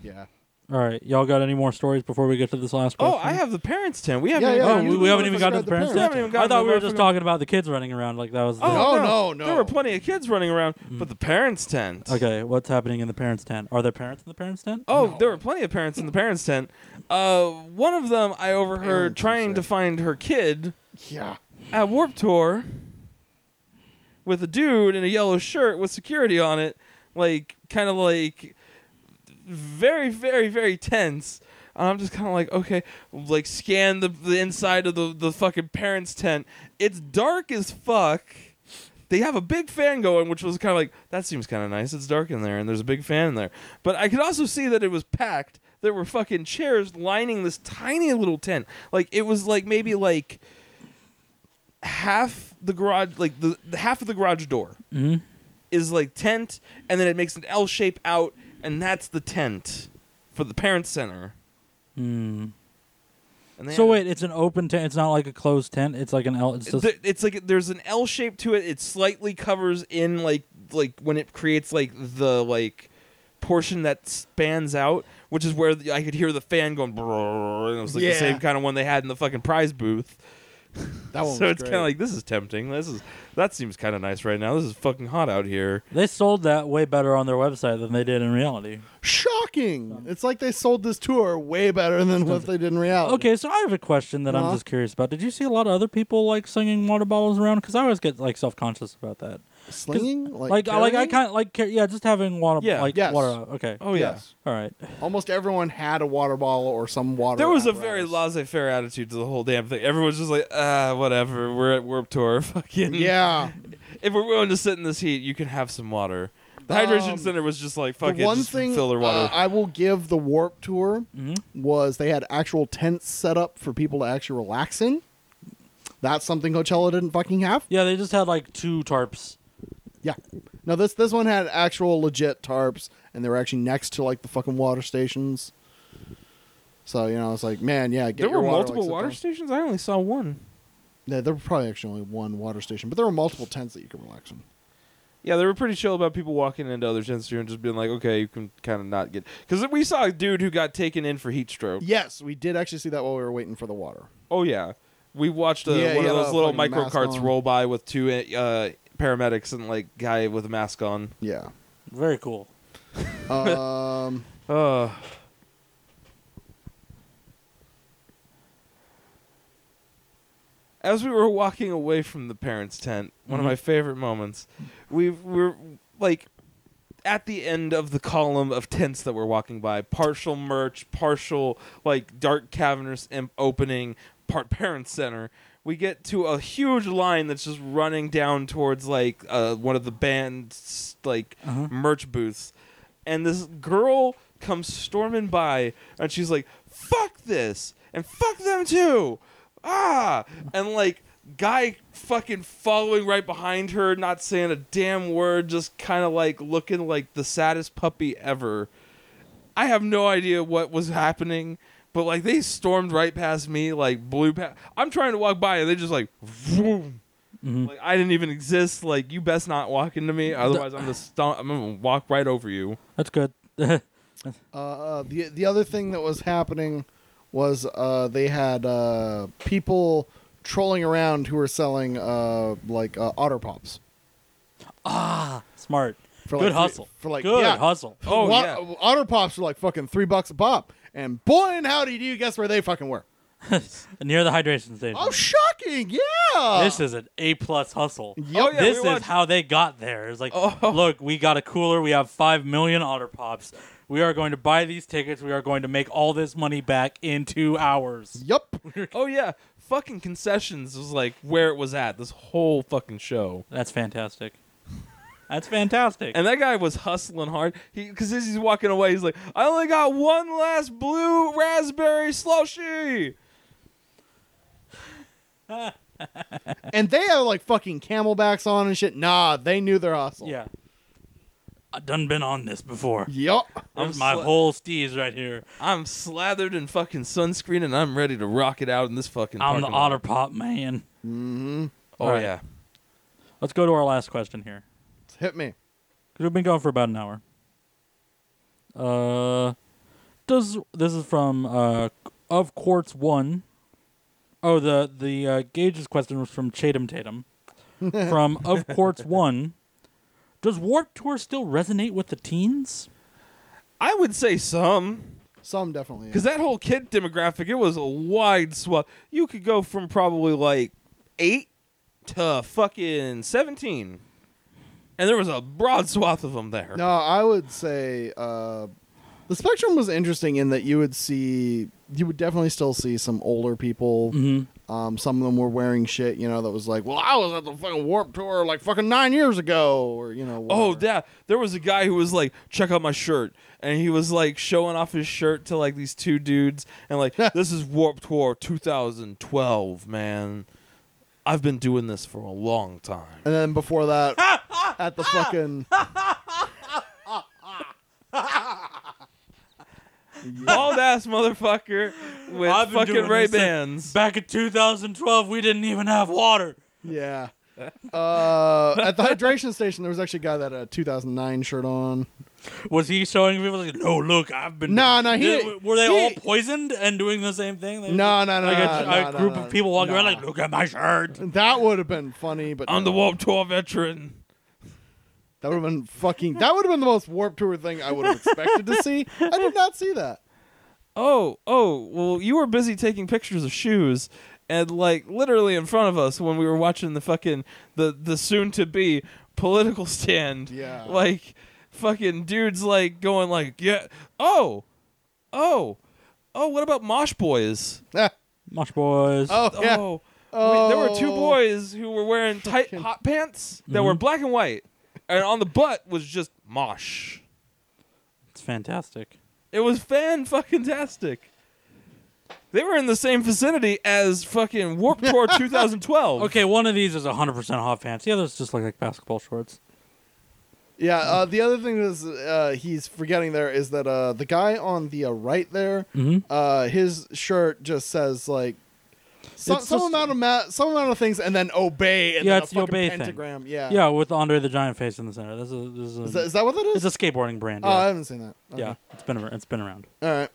D: Yeah.
A: All right, y'all got any more stories before we get to this last question?
B: Oh, I have the parents' tent. We haven't.
D: Yeah,
B: even
D: yeah,
A: Oh,
B: gotten
A: we,
B: to
A: we
B: the-
A: haven't even gotten to the
D: forgot the
A: parents.
D: parents. We
B: haven't even
A: I
B: gotten
A: thought
B: to
A: we were
B: that.
A: just
B: I forgot-
A: talking about the kids running around like that was. The
B: Oh,
D: No,
B: no,
D: no,
B: There
D: no.
B: were plenty of kids running around, but the parents' tent.
A: Mm. Okay, what's happening in the parents' tent? Are there parents in the parents' tent?
B: Oh, there were plenty of parents in the parents' tent. Uh, one of them I overheard
D: Parents, you
B: trying to
D: said.
B: find her kid.
D: Yeah.
B: at Warp Tour with a dude in a yellow shirt with security on it, like kind of like very, very, very tense. And I'm just kind of like, okay, like scan the, the inside of the, the fucking parents' tent. It's dark as fuck. They have a big fan going, which was kind of like, that seems kind of nice. It's dark in there and there's a big fan in there. But I could also see that it was packed. There were fucking chairs lining this tiny little tent. Like, it was like maybe like half the garage, like the, the half of the garage door
D: Mm-hmm.
B: is like tent, and then it makes an L shape out, and that's the tent for the parent center. Hmm. And they
A: So
B: had-
A: wait, it's an open tent. It's not like a closed tent. It's like an L. It's just
B: th- it's like there's an L shape to it. It slightly covers in like like when it creates like the like portion that spans out, which is where the, I could hear the fan going. brrrr, And it was like the
D: Yeah.
B: same kind of one they had in the fucking prize booth.
D: That one.
B: so
D: was
B: it's
D: great.
B: kind of like this is tempting. This is that seems kind of nice right now. This is fucking hot out here.
A: they sold that way better on their website than they did in reality.
D: shocking. It's like they sold this tour way better than what they did in
B: Oh.
D: reality.
A: Okay, so I have a question that I'm
D: Uh-huh.
A: just curious about. Did you see a lot of other people like slinging water bottles around? Because I always get like self conscious about that.
D: slinging like
A: Like, I- like I
D: carrying?
A: kind of like ca- yeah, just having water.
B: Yeah,
A: like
D: yes.
A: water. Okay.
B: Oh yeah.
D: Yes.
A: All right.
D: Almost everyone had a water bottle or some water.
B: There was a
D: apparatus.
B: very laissez-faire attitude to the whole damn thing. Everyone's just like, ah, whatever. We're at Warp Tour. Fucking
D: Yeah,
B: If we're willing to sit in this heat, you can have some water. The hydration
D: Um,
B: center was just like, fuck
D: the
B: it,
D: one
B: just
D: thing
B: fill their
D: uh,
B: water.
D: I will give the Warp Tour
A: Mhm.
B: Mm-hmm.
D: was they had actual tents set up for people to actually relax in. That's something Coachella didn't fucking have.
A: Yeah, they just had like two tarps.
D: Yeah. No, this this one had actual legit tarps, and they were actually next to like the fucking water stations. So you know, it's like, man, yeah. Get
B: there
D: your
B: were
D: water,
B: multiple
D: like,
B: water
D: sometimes-
B: stations. I only saw one.
D: Yeah, there were probably actually only one water station, but there were multiple tents that you could relax in.
B: Yeah, they were pretty chill about people walking into other tents here and just being like, okay, you can kind of not get. Because we saw a dude who got taken in for heat stroke.
D: Yes, we did actually see that while we were waiting for the water.
B: Oh yeah, we watched a,
D: Yeah,
B: one
D: yeah,
B: of those
D: the
B: little
D: fucking
B: micro
D: mask
B: carts
D: on.
B: roll by with two uh, paramedics and like guy with a mask on.
D: Yeah.
A: Very cool.
D: Um.
B: Uh, As we were walking away from the parents' tent, one of my favorite moments, we were like at the end of the column of tents that we're walking by, partial merch, partial like dark cavernous imp opening, part parent center. We get to a huge line that's just running down towards like uh, one of the band's like merch booths, and this girl comes storming by, and she's like, "Fuck this!" and "Fuck them too!" ah and like guy fucking following right behind her not saying a damn word just kind of like looking like the saddest puppy ever i have no idea what was happening but like they stormed right past me like blew past i'm trying to walk by and they just like vroom. like i didn't even exist like you best not walk into me otherwise i'm gonna stomp i'm gonna walk right over you
A: That's good.
D: Uh, the the other thing that was happening was uh, they had uh, people trolling around who were selling uh, like uh, otter pops.
A: Smart.
D: For
A: good
D: like-
A: hustle.
D: for like-
A: good
D: yeah.
A: hustle.
B: Oh,
D: Wa-
B: yeah.
D: otter pops were like fucking three bucks a pop, and boy and howdy do you guess where they fucking were?
A: Near the hydration station.
D: Oh, shocking! Yeah,
A: this is an A plus hustle.
B: oh yeah
A: this
B: we
A: is
B: watched-
A: how they got there. It's like,
B: Oh.
A: look, we got a cooler. We have five million Otter Pops. We are going to buy these tickets. We are going to make all this money back in two hours.
D: Yup.
B: oh yeah fucking concessions was like where it was at this whole fucking show
A: That's fantastic. That's fantastic.
B: And that guy was hustling hard. He because as he's walking away, he's like, "I only got one last blue raspberry slushy."
D: And they had like fucking camelbacks on and shit. Nah, they knew their hustle.
A: yeah, I done been on this before.
D: Yup.
A: There's
B: I'm
A: my
B: sla-
A: whole steez right here.
B: I'm slathered in fucking sunscreen, and I'm ready to rock it out in this fucking.
A: I'm the
B: parking lot.
A: Otter Pop man.
B: Oh
A: Alright.
B: yeah.
A: Let's go to our last question here.
D: Hit me.
A: Because we've been going for about an hour. Uh, does this is from uh of quartz one. Oh, the the uh, gauges question was from Chatham Tatum, from of quartz one. Does Warp Tour still resonate with the teens?
B: I would say some.
D: Some definitely.
B: Because that whole kid demographic, it was a wide swath. You could go from probably like eight to fucking 17. And there was a broad swath of them there.
D: No, I would say uh, The spectrum was interesting in that you would see, you would definitely still see some older people.
B: Mm-hmm.
D: Um, some of them were wearing shit, you know, that was like, well, I was at the fucking Warp Tour like fucking nine years ago, or you know.
B: Oh,
D: whatever.
B: yeah. There was a guy who was like, check out my shirt. And he was like showing off his shirt to like these two dudes. And like, this is Warp Tour 2012, man. I've been doing this for a long time.
D: And then before that, at the fucking
B: Bald ass motherfucker with
A: I've been
B: fucking
A: doing
B: Ray
A: this since
B: Bans.
A: Back in 2012, we didn't even have water.
D: yeah, uh, at the hydration station, there was actually a guy that had a 2009 shirt on.
A: Was he showing people like, no, look, I've been.
D: No, no, he-
A: Did- were they
D: he-
A: all poisoned and doing the same thing? They-
D: No, no, no,
A: like
D: no,
A: a,
D: no,
A: a
D: no,
A: group
D: no,
A: of people walking around like,
D: no.
A: look at my shirt.
D: That would have been funny, but
B: I'm
D: no.
B: the Warp Tour veteran.
D: That would have been fucking. That would have been the most warp tour thing I would have expected to see. I did not see that.
B: Oh, oh, well, you were busy taking pictures of shoes and like literally in front of us when we were watching the fucking the the soon to be political stand.
D: Yeah.
B: Like fucking dudes like going like, "Yeah, oh. Oh. Oh, what about Mosh Boys?"
D: Ah.
A: Much boys.
D: oh yeah.
B: Oh. we- there were two
D: Oh.
B: boys who were wearing tight hot pants that were black and white. And on the butt was just mosh.
A: It's fantastic.
B: It was fan fucking tastic. They were in the same vicinity as fucking Warp Tour 2012.
A: Okay, one of these is 100% hot pants. The other's just like, like basketball shorts.
D: Yeah. Uh, the other thing is uh, he's forgetting there is that uh, the guy on the uh, right there,
A: Mm-hmm.
D: uh, his shirt just says like so,
A: It's
D: some
A: just-
D: amount of ma- some amount of things and then obey. And
A: Yeah,
D: then a
A: it's the
D: fucking
A: obey thing.
D: pentagram. Yeah.
A: Uh. Yeah, with Andre the Giant face in the center. This is, this is, a,
D: Is that, is that what that is?
A: it's a skateboarding brand.
D: Oh, I
A: Yeah,
D: haven't seen that. Okay.
A: yeah it's been ar- it's been around.
D: All right.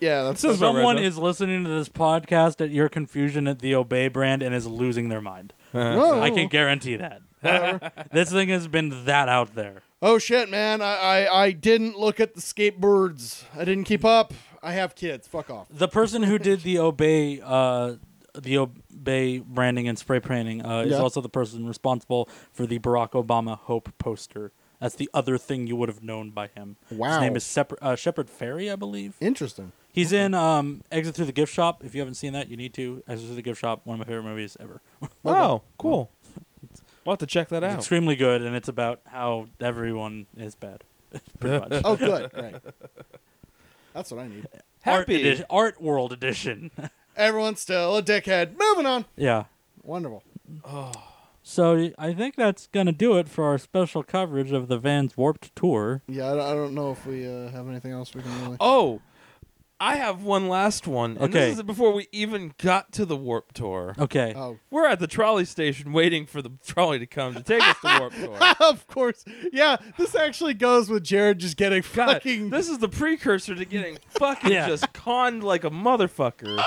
D: Yeah. That's.
B: Sounds about right,
A: Someone
B: though.
A: is listening to this podcast at your confusion at the Obey brand and is losing their mind.
D: Whoa.
A: I can guarantee that.
D: Whatever.
A: this thing has been that out there.
D: Oh shit, man! I, I I didn't look at the skateboards. I didn't keep up. I have kids. Fuck off.
A: The person who did the Obey uh, the Obey branding and spray painting uh, is
D: Yeah.
A: also the person responsible for the Barack Obama Hope poster. That's the other thing you would have known by him. His
D: Wow.
A: name is Separ- uh, Shepard Ferry, I believe.
D: Interesting.
A: He's in um, Exit Through the Gift Shop. If you haven't seen that, you need to. Exit Through the Gift Shop, one of my favorite movies ever.
B: Wow, cool. We'll have to check that
A: It's
B: out.
A: extremely good, and it's about how everyone is bad. Pretty much.
D: Oh, good. Right. That's what I need.
A: Art,
B: Happy.
A: edi- art World Edition.
D: Everyone's still a dickhead. Moving on.
A: yeah.
D: Wonderful.
A: So I think that's going to do it for our special coverage of the Vans Warped Tour.
D: Yeah, I don't, I don't know if we uh, have anything else we can really.
B: Oh, I have one last one. And
A: Okay.
B: This is before we even got to the Warp Tour.
A: Okay.
D: Oh.
B: We're at the trolley station waiting for the trolley to come to take us to Warp Tour.
D: of course. Yeah, this actually goes with Jared just getting
B: God,
D: fucking.
B: this is the precursor to getting fucking
A: Yeah.
B: just conned like a motherfucker.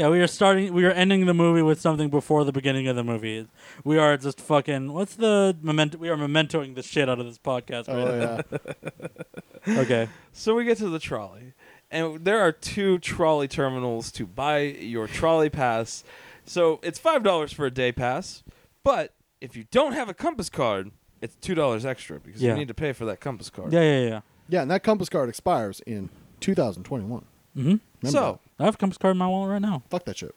A: Yeah, we are starting. We are ending the movie with something before the beginning of the movie. We are just fucking. What's the memento? We are mementoing the shit out of this podcast. Right
D: oh yeah.
A: now. Okay.
B: So we get to the trolley, and there are two trolley terminals to buy your trolley pass. So it's five dollars for a day pass, but if you don't have a compass card, it's two dollars extra because
A: Yeah.
B: you need to pay for that compass card.
A: Yeah, yeah, yeah.
D: yeah, and that compass card expires in 2021.
A: Mm-hmm.
D: Remember
B: So
A: I have Compass card in my wallet right now.
D: that. fuck that shit.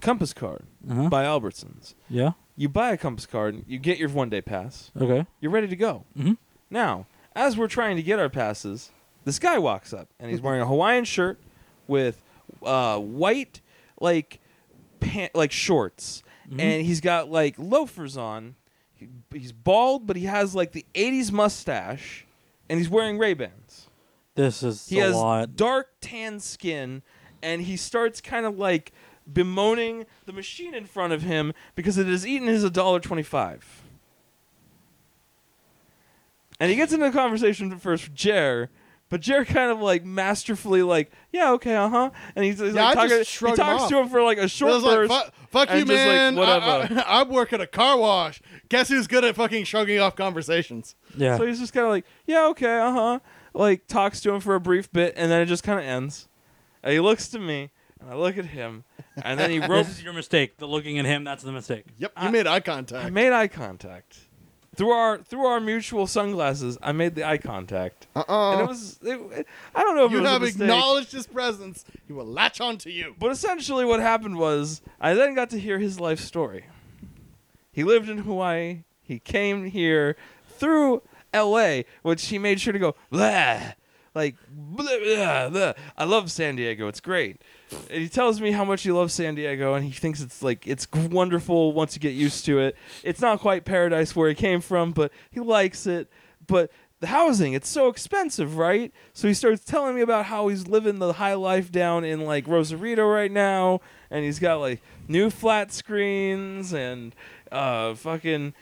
B: compass card
A: Uh-huh.
B: by Albertsons.
A: Yeah.
B: You buy a compass card, you get your one day pass.
A: Okay.
B: You're ready to go.
A: Mhm.
B: Now, as we're trying to get our passes, this guy walks up and he's wearing a Hawaiian shirt with uh, white like pant like shorts, and he's got like loafers on. He, he's bald, but he has like the '80s mustache, and he's wearing Ray Bans.
A: This is
B: He
A: a
B: has
A: lot.
B: dark tan skin, and he starts kind of like bemoaning the machine in front of him because it has eaten his $1.25. And he gets into a conversation first with Jer, but Jer kind of like masterfully like, yeah, okay, uh huh. And he's, he's
D: Yeah,
B: like
D: I
B: talking,
D: just shrugged
B: he talks
D: him
B: to
D: off.
B: him for like a
D: It
B: short
D: was
B: burst.
D: Like, "Fu- fuck
B: and
D: you,
B: just like,
D: man.
B: whatever.
D: I, am working a car wash. Guess who's good at fucking shrugging off conversations?
A: yeah.
B: So he's just kind of like, yeah, okay, uh huh. Like talks to him for a brief bit, and then it just kind of ends. And he looks to me, and I look at him, and then he
A: this
B: ropes.
A: is your mistake. The looking at him, that's the mistake.
D: Yep, you
B: I-
D: made eye
B: I
D: contact.
B: made eye contact, through our through our mutual sunglasses, I made the eye contact, and it
D: Uh-uh.
B: was. It, I don't know if it
D: You
B: was a
D: have
B: mistake.
D: acknowledged his presence. He will latch onto you.
B: But essentially, what happened was I then got to hear his life story. He lived in Hawaii. He came here through L.A., which he made sure to go blah, like blah, blah, blah. I love San Diego. It's great. And he tells me how much he loves San Diego, and he thinks it's like it's wonderful once you get used to it. It's not quite paradise where he came from, but he likes it. But the housing it's so expensive right so he starts telling me about how he's living the high life down in like rosarito right now and he's got like new flat screens and uh fucking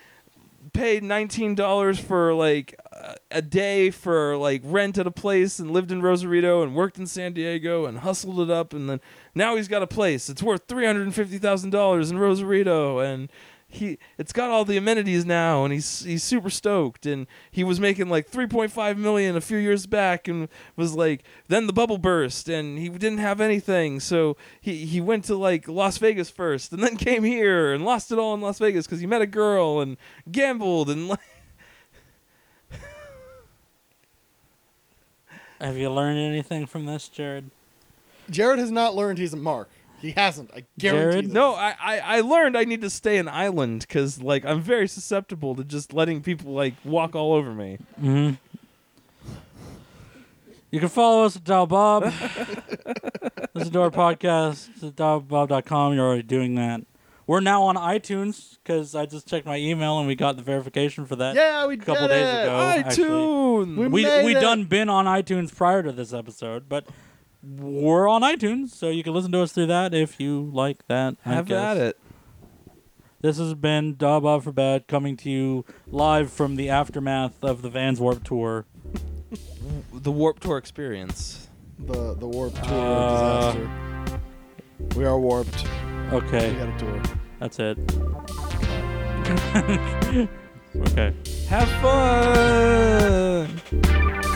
B: paid $19 for like uh, a day for like rent at a place and lived in rosarito and worked in san diego and hustled it up and then now he's got a place it's worth $350000 in rosarito and he it's got all the amenities now and he's he's super stoked and he was making like 3.5 million a few years back and was like then the bubble burst and he didn't have anything so he he went to like Las Vegas first and then came here and lost it all in Las Vegas cuz he met a girl and gambled and like
A: Have you learned anything from this, Jared?
D: Jared has not learned he's a mark. He hasn't. I guarantee.
A: Jared?
D: this.
B: no I, I I learned I need to stay an island cuz like I'm very susceptible to just letting people like walk all over me
A: Mm-hmm. You can follow us at Dial Bob. Listen to our podcast at dialbob.com. You're already doing that. We're now on iTunes because I just checked my email and we got the verification for that.
D: Yeah, we
A: a couple
D: did
A: days
D: it.
A: ago. Oh, actually.
B: iTunes
D: We
A: we
D: made
A: we
D: it.
A: done been on iTunes prior to this episode, but we're on iTunes, so you can listen to us through that if you like that. I
B: have
A: guess.
B: at it
A: This has been Dob Off for Bad coming to you live from the aftermath of the Vans Warp Tour.
B: the warp tour experience
D: The the warp tour
A: Uh,
D: disaster. We are warped. We
A: Okay,
D: got a tour.
A: that's it. okay.
B: have fun